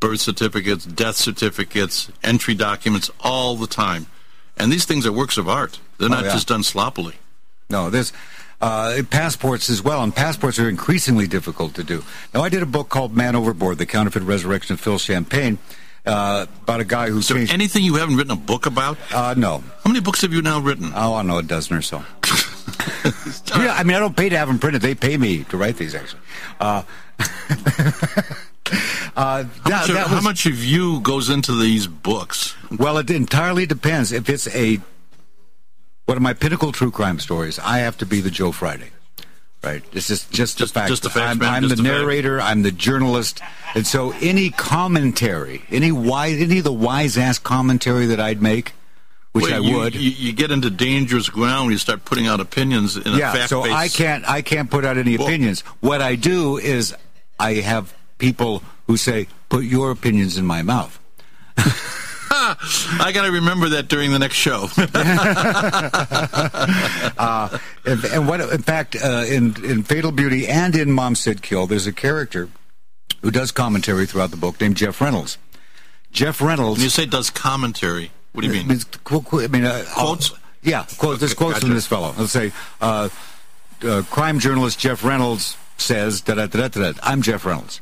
birth certificates, death certificates, entry documents all the time. And these things are works of art, they're not
Oh, yeah.
just done sloppily.
No, there's uh, passports as well, and passports are increasingly difficult to do. Now, I did a book called Man Overboard: The Counterfeit Resurrection of Phil Champagne uh, about a guy who
Is there
changed.
anything you haven't written a book about?
uh, no,
How many books have you now written?
oh, I don't know a dozen or so. yeah, I mean, I don't pay to have them printed; they pay me to write these. Actually, uh, uh, that,
So
that
how
was-
much of you goes into these books?
Well, it entirely depends. If it's a one of my pinnacle true crime stories, I have to be the Joe Friday. Right. It's just just the
Just-
fact.
just the facts,
I'm,
man,
I'm
just
the
the facts.
narrator. I'm the journalist, and so any commentary, any wise, any of the wise ass commentary that I'd make, which
Well,
I
you-
wood. would.
You, you get into dangerous ground when you start putting out opinions in a
yeah.
fact
So I can't I can't put out any
Well-
opinions. What I do is I have people who say, "Put your opinions in my mouth."
I got to remember that during the next show.
uh, and, and what, in fact, uh, in in Fatal Beauty and in Mom Said Kill, there's a character who does commentary throughout the book named Jeff Reynolds. Jeff Reynolds.
you say does commentary. What do you mean?
It's Uh, qu- qu- I mean, uh,
Quotes?
I'll- yeah, quotes. There's quotes from
gotcha.
this fellow. Let's say, uh, uh, crime journalist Jeff Reynolds says, da da da da da. I'm Jeff Reynolds.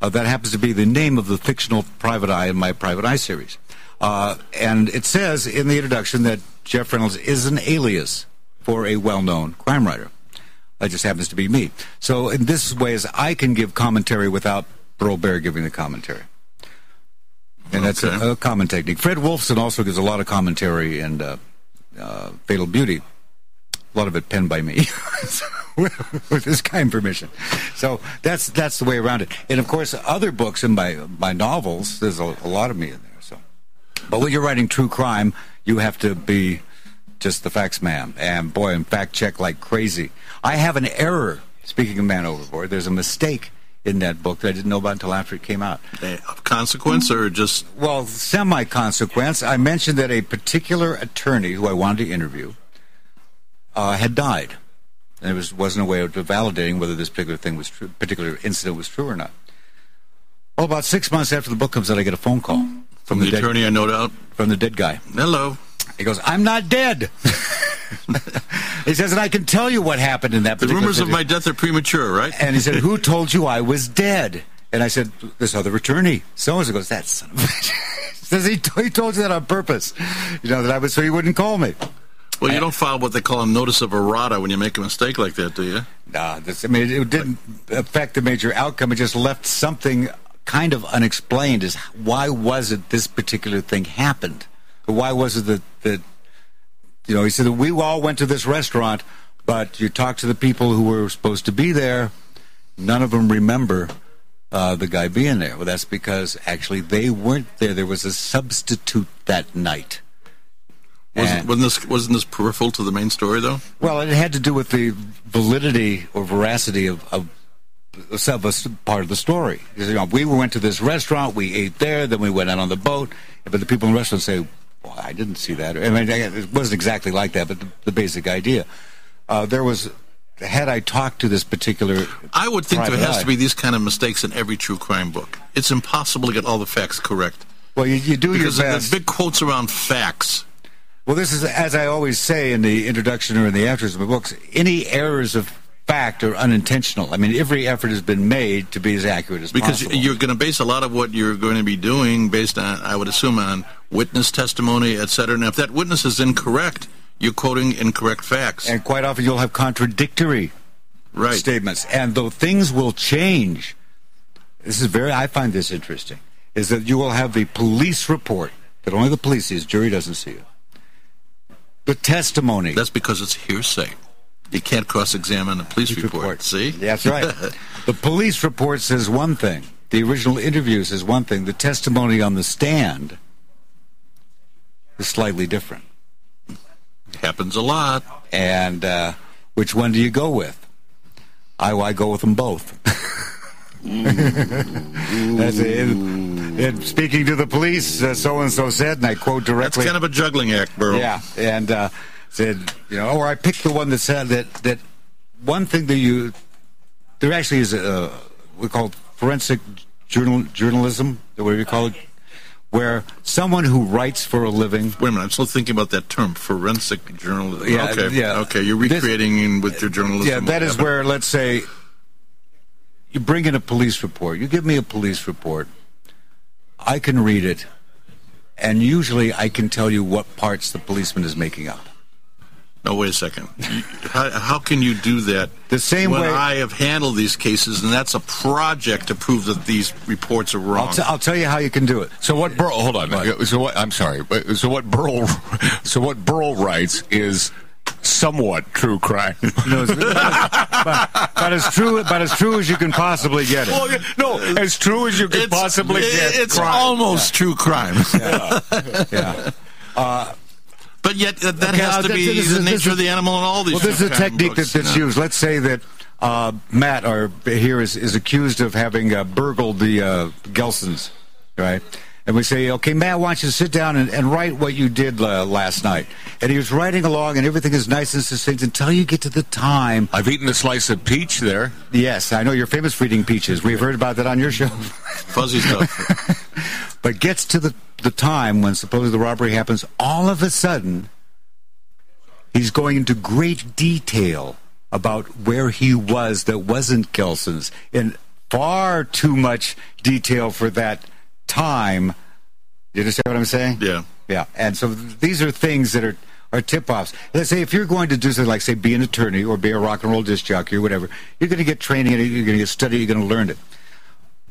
Uh, that happens to be the name of the fictional Private Eye in my Private Eye series. Uh, and it says in the introduction that Jeff Reynolds is an alias for a well known crime writer. That just happens to be me. So, in this way, is I can give commentary without Burl Bear giving the commentary. And that's
Okay.
a, a common technique. Fred Wolfson also gives a lot of commentary in uh, uh, Fatal Beauty. A lot of it penned by me, So, with his kind permission. So that's that's the way around it. And of course, other books in my my novels, there's a, a lot of me in there. So, but when you're writing true crime, you have to be just the facts, man. And boy, and fact check like crazy. I have an error. Speaking of Man Overboard, there's a mistake in that book that I didn't know about until after it came out
Eh, Of consequence or just
well, semi consequence. I mentioned that a particular attorney who I wanted to interview uh, had died, and there was wasn't a way of validating whether this particular thing was true, particular incident was true or not. Well, about six months after the book comes out, I get a phone call from
the,
the, dead,
attorney? I no doubt.
from the dead guy.
Hello.
He goes, "I'm not dead." he says, "And I can tell you what happened in that."
The
particular
rumors of
situ-
my death are premature, right?
and he said, "Who told you I was dead?" And I said, "This other attorney." So and so goes, "That son of a bitch." Says he, he told you that on purpose, you know that I was so you wouldn't call me.
Well, you don't file what they call a notice of errata when you make a mistake like that, do you?
Nah, this, I mean it, didn't affect the major outcome. It just left something kind of unexplained. Is why was it this particular thing happened? Why was it that that you know he said that we all went to this restaurant, but you talked to the people who were supposed to be there. None of them remember uh, the guy being there. Well, that's because actually they weren't there. There was a substitute that night.
Wasn't,
And-
wasn't this wasn't this peripheral to the main story though?
well, it had to do with the validity or veracity of, of, of a s- part of the story. You know, we went to this restaurant, we ate there, then we went out on the boat, but the people in the restaurant say, well, I didn't see that. I mean, it wasn't exactly like that, but the, the basic idea. Uh, there was, had I talked to this particular.
I would think there
private
has
eye-
to be these kind of mistakes in every true crime book. It's impossible to get all the facts correct
Well, you, you do
because
your
there's
best.
big quotes around facts.
Well, this is, as I always say in the introduction or in the afters of my books, any errors of fact are unintentional. I mean, every effort has been made to be as accurate as
because
possible.
you're going to base a lot of what you're going to be doing based on, I would assume, on witness testimony, et cetera. And if that witness is incorrect, you're quoting incorrect facts.
And quite often you'll have contradictory
right.
statements. And though things will change, this is very, I find this interesting, is that you will have the police report that only the police sees, jury doesn't see it. The testimony.
That's because it's hearsay. You can't cross-examine a police report. See?
That's right. the police report says one thing. The original interview says one thing. The testimony on the stand is slightly different.
Happens a lot.
And uh, which one do you go with? I, I go with them both. That's it. And- and speaking to the police, so and so said, and I quote
That's
directly.
kind of a juggling act, Burl.
Yeah, and uh, said you know, or I picked the one that said that that one thing that you there actually is a we call it forensic journal journalism, or whatever you call it, where someone who writes for a living.
Wait a minute, I'm still thinking about that term, forensic journalism.
Yeah,
okay,
yeah.
okay, you're
This-
recreating in with your journalism.
Yeah, that is
habit.
where let's say you bring in a police report. You give me a police report. I can read it, and usually I can tell you what parts the policeman is making up.
No, wait a second. You- how, how can you do that?
The same
when
way-
I have handled these cases, and that's a project to prove that these reports are wrong.
I'll, t- I'll tell you how you can do it.
So what Burl? Hold on. So what? I'm sorry. but- So what Burl? So what Burl writes is somewhat true crime.
No, it's- but, but as true, but as true as you can possibly get it.
Well, yeah, no, as true as you could
It's-
possibly
it-
get.
It's
crime.
almost true crime.
Yeah. Uh,
But yet, that, that
Okay, uh,
has to
this-
be
this is-
the
this
nature
is-
of the animal in all these.
Well, this is a
true crime
technique that,
books,
that's
you know.
used. Let's say that uh, Matt, or here, is, is accused of having uh, burgled the uh, Gelsons, right? And we say, okay, Matt, why don't you sit down and, and write what you did uh, last night? And he was writing along, and everything is nice and succinct until you get to the time.
I've eaten a slice of peach there.
Yes, I know you're famous for eating peaches. We've heard about that on your show.
Fuzzy stuff.
but gets to the, the time when supposedly the robbery happens, all of a sudden, he's going into great detail about where he was that wasn't Kelson's in far too much detail for that time. You understand what I'm saying?
Yeah.
Yeah. And so th- these are things that are, are tip offs. Let's say if you're going to do something like, say, be an attorney or be a rock and roll disc jockey or whatever, you're going to get training in it, you're going to get study, you're going to learn it.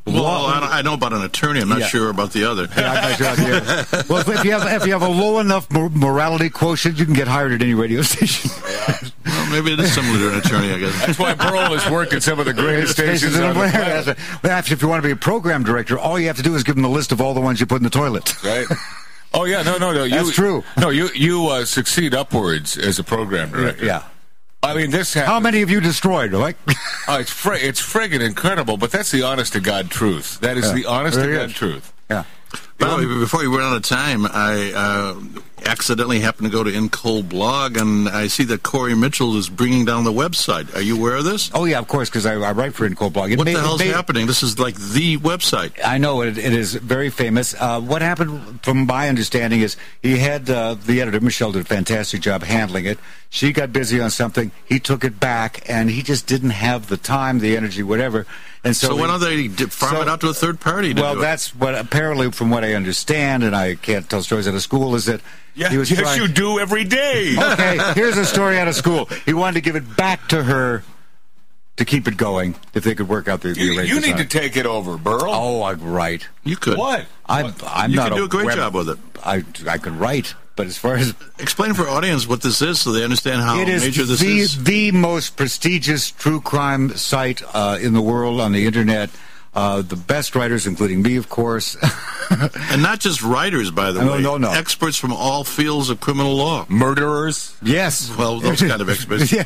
well,
Law-
I, don't- I know about an attorney. I'm not
Yeah.
sure about the other.
yeah, I got you out here. Well, if, if you have if you have a low enough mor- morality quotient, you can get hired at any radio station.
Well, maybe it is similar to an attorney, I guess.
That's why Burl has worked at some of the greatest
Stations
stations
in
on the
America.
planet.
That's right. Well, actually, if you want to be a program director, all you have to do is give them the list of all the ones you put in the toilet.
Right. Oh yeah, no, no, no. You,
That's true.
No, you you uh, succeed upwards as a program director.
Yeah.
I mean, this happened.
How many of you destroyed? Like,
Oh, it's fr- it's friggin' incredible, but that's the honest to God truth. That is the honest
Very
to God
good.
truth.
yeah.
By the way, before we run out of time, I uh, accidentally happened to go to In Cold Blog, and I see that Corey Mitchell is bringing down the website. Are you aware of this?
Oh yeah, of course, because I, I write for Incold Blog. It
What
may-
the
it
hell's
may-
happening? This is like the website.
I know it, it is very famous. Uh, what happened, from my understanding, is he had uh, the editor Michelle did a fantastic job handling it. She got busy on something. He took it back, and he just didn't have the time, the energy, whatever. And so,
So why
he-
don't they di- farm
so-
it out to a third party? To
well,
do it?
that's what apparently, from what I understand, and I can't tell stories out of school, is that he was
yes,
trying.
you do every day.
okay, here's a story out of school. He wanted to give it back to her to keep it going if they could work out the, the
you, you
arrangements
need
on
to
it.
take it over, Burl.
Oh, I'm right.
you could.
What?
I'm, I'm
You
not
can do a great
web-
job with it.
I, I can write, but as far as
Explain for audience what this is, so they understand how
it is
major this
the
is.
the most prestigious true crime site uh, in the world on the internet. Uh, the best writers, including me, of course.
And not just writers, by the
No,
way.
no, no.
Experts from all fields of criminal law.
Murderers.
yes.
Well, those kind of experts.
yeah.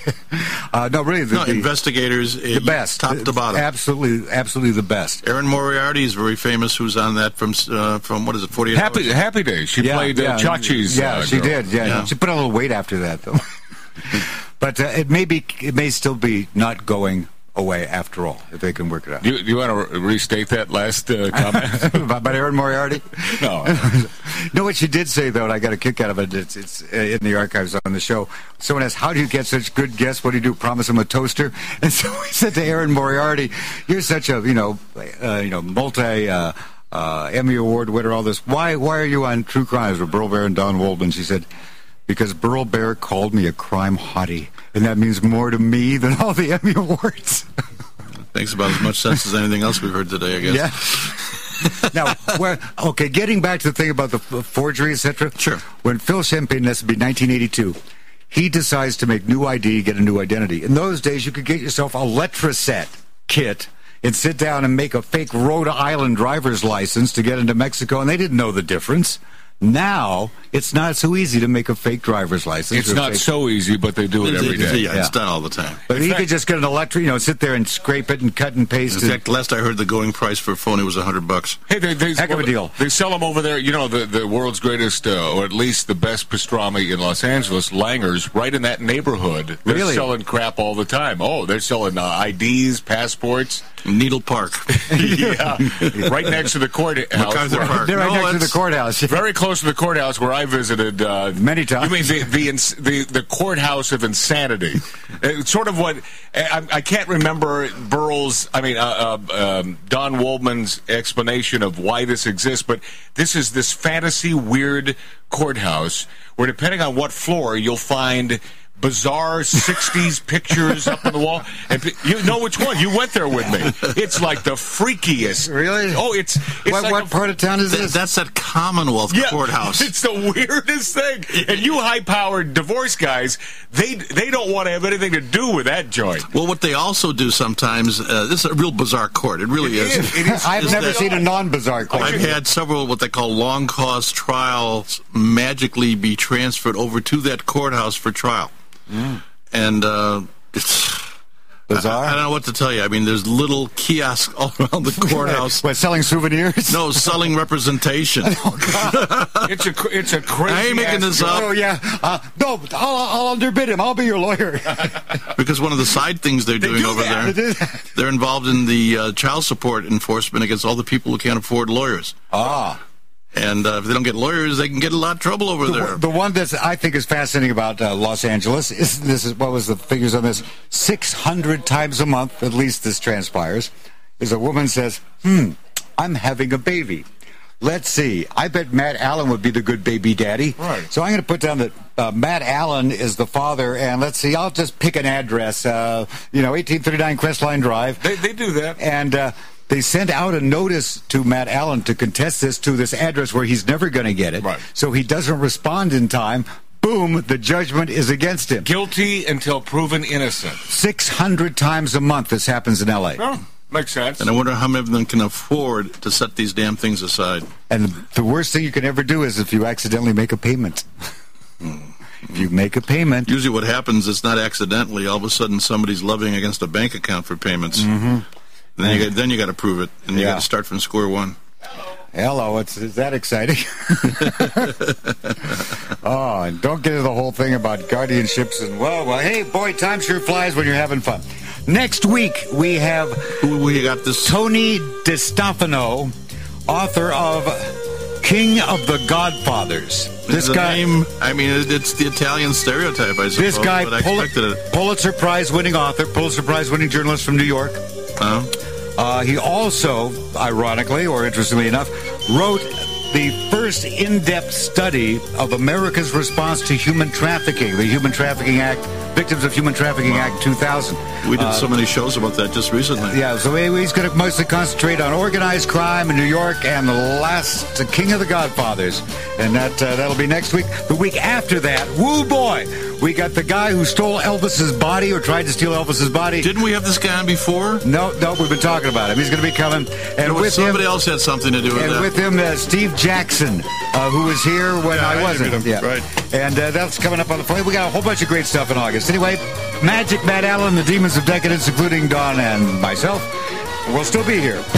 Uh, no, really, the,
No,
the,
investigators. eh,
the best,
Top to bottom.
absolutely, absolutely the best.
Aaron Moriarty is very famous, who's on that from, uh, from what is it, 48
Happy
Hours?
Happy Days. She played uh, Chachi's.
Yeah,
uh,
she
girl.
did. Yeah.
Yeah.
she put on a little weight after that, though. but uh, it may be, it may still be not going away after all if they can work it out.
Do you, do you want to restate that last uh, comment?
about, about Aaron Moriarty?
No.
no, what she did say, though, and I got a kick out of it, it's, it's uh, in the archives on the show. Someone asked, How do you get such good guests? What do you do? Promise them a toaster? And so we said to Aaron Moriarty, You're such a, you know, uh, you know multi. Uh, uh, Emmy Award winner, all this. Why? Why are you on True Crimes with Burl Bear and Don Waldman? She said, because Burl Bear called me a crime hottie, and that means more to me than all the Emmy Awards.
Makes about as much sense as anything else we've heard today, I guess.
Yeah. now, where, okay, getting back to the thing about the f- forgery, etc.
Sure.
When Phil Champagne, that's be 1982, he decides to make new ID, get a new identity. In those days, you could get yourself a Letraset kit and sit down and make a fake Rhode Island driver's license to get into Mexico, and they didn't know the difference. Now it's not so easy to make a fake driver's license.
It's
or a
not
fake-
so easy, but they do it every
Yeah,
day.
it's
Yeah.
done all the time.
But he could just get an electric, you know, sit there and scrape it and cut and paste
In
it.
fact, last I heard, the going price for a phony was hundred bucks.
Hey, they, they,
Heck of a
well,
deal.
They sell them over there. You know, the, the world's greatest, uh, or at least the best pastrami in Los Angeles, Langer's, right in that neighborhood. They're
Really?
selling crap all the time. Oh, they're selling uh, IDs, passports.
Needle Park,
yeah, right next to the courthouse.
MacArthur Park.
They're right next
No,
to the
it's-
courthouse.
Very close to the courthouse where I visited uh,
Many times.
You mean the the, ins- the the courthouse of insanity? it's sort of what I, I can't remember Burl's. I mean uh, uh, um, Don Waldman's explanation of why this exists, but this is this fantasy weird courthouse where, depending on what floor, you'll find. Bizarre '60s pictures up on the wall, and pe- you know which one. You went there with me. It's like the freakiest.
Really?
Oh, it's, it's
what
like
what
a-
part of town is
Th-
this?
that's that Commonwealth courthouse.
it's the weirdest thing. And you high-powered divorce guys, they they don't want to have anything to do with that joint.
well, what they also do sometimes, uh, this is a real bizarre court. It really
It
is.
is. It is.
I've
is
never
that-
seen a non-bizarre court.
I've had several what they call long cause trials magically be transferred over to that courthouse for trial,
Mm.
and uh, it's
Bizarre?
I, I don't know what to tell you. I mean, there's little kiosks all around the courthouse.
What, selling souvenirs?
No selling representation.
It's a cr- it's a crazy.
I ain't making this
ass joint.
Oh
up
yeah. Uh, no, I'll, I'll underbid him. I'll be your lawyer.
because one of the side things they're doing
do
over
that.
there, they're involved in the uh, child support enforcement against all the people who can't afford lawyers.
ah.
And uh, if they don't get lawyers, they can get in a lot of trouble over there.
The, the one that I think is fascinating about uh, Los Angeles is this is what was the figures on this? Six hundred times a month, at least this transpires, is a woman says, "Hmm, I'm having a baby." Let's see. I bet Matt Allen would be the good baby daddy.
Right.
So I'm going to put down that uh, Matt Allen is the father, and let's see. I'll just pick an address. Uh, you know, 1839 Crestline Drive.
They they do that.
And uh, they sent out a notice to Matt Allen to contest this to this address where he's never going to get it.
Right.
So he doesn't respond in time. Boom, the judgment is against him.
Guilty until proven innocent.
600 times a month this happens in LA.
Oh, makes sense.
and I wonder how many of them can afford to set these damn things aside.
And the worst thing you can ever do is if you accidentally make a payment. if you make a payment,
Usually, what happens is not accidentally. All of a sudden, somebody's levying against a bank account for payments. Then you got, then you got to prove it, and you
Yeah.
got to start from square one.
hello, it's, is that exciting? oh, and don't get into the whole thing about guardianships and, well, well, hey, boy, time sure flies when you're having fun. Next week, we have
Who we got this?
Tony DiStefano, author of King of the Godfathers. This
the
guy,
name- I mean, it, it's the Italian stereotype, I suppose.
this guy,
but I
Pul-
expected it.
Pulitzer Prize-winning author, Pulitzer Prize-winning journalist from New York.
Huh?
Uh, he also, ironically or interestingly enough, wrote the first in-depth study of America's response to human trafficking, the Human Trafficking Act, Victims of Human Trafficking Act 2000.
We did so many shows about that just recently.
Uh, Yeah, so he- he's going to mostly concentrate on organized crime in New York and the last the King of the Godfathers, and that uh, that'll be next week. The week after that, woo boy, we got the guy who stole Elvis's body or tried to steal Elvis's body.
Didn't we have this guy on before?
no, no, we've been talking about him. He's going to be coming, and
Or
with him,
somebody else had something to do with
and
that.
with him, uh, Steve Jackson, uh, who was here when
Yeah, I
I wasn't.
interviewed him, right.
And uh, that's coming up on the plate. We got a whole bunch of great stuff in August. Anyway, Magic Matt Allen, the Demons of Decadence, including Don and myself, will still be here.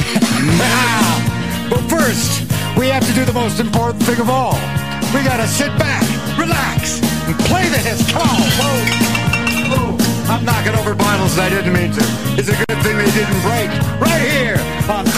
but first, we have to do the most important thing of all. We gotta sit back, relax, and play the hits. Come on, whoa. Ooh, I'm knocking over bottles. and I didn't mean to. It's a good thing they didn't break. Right here on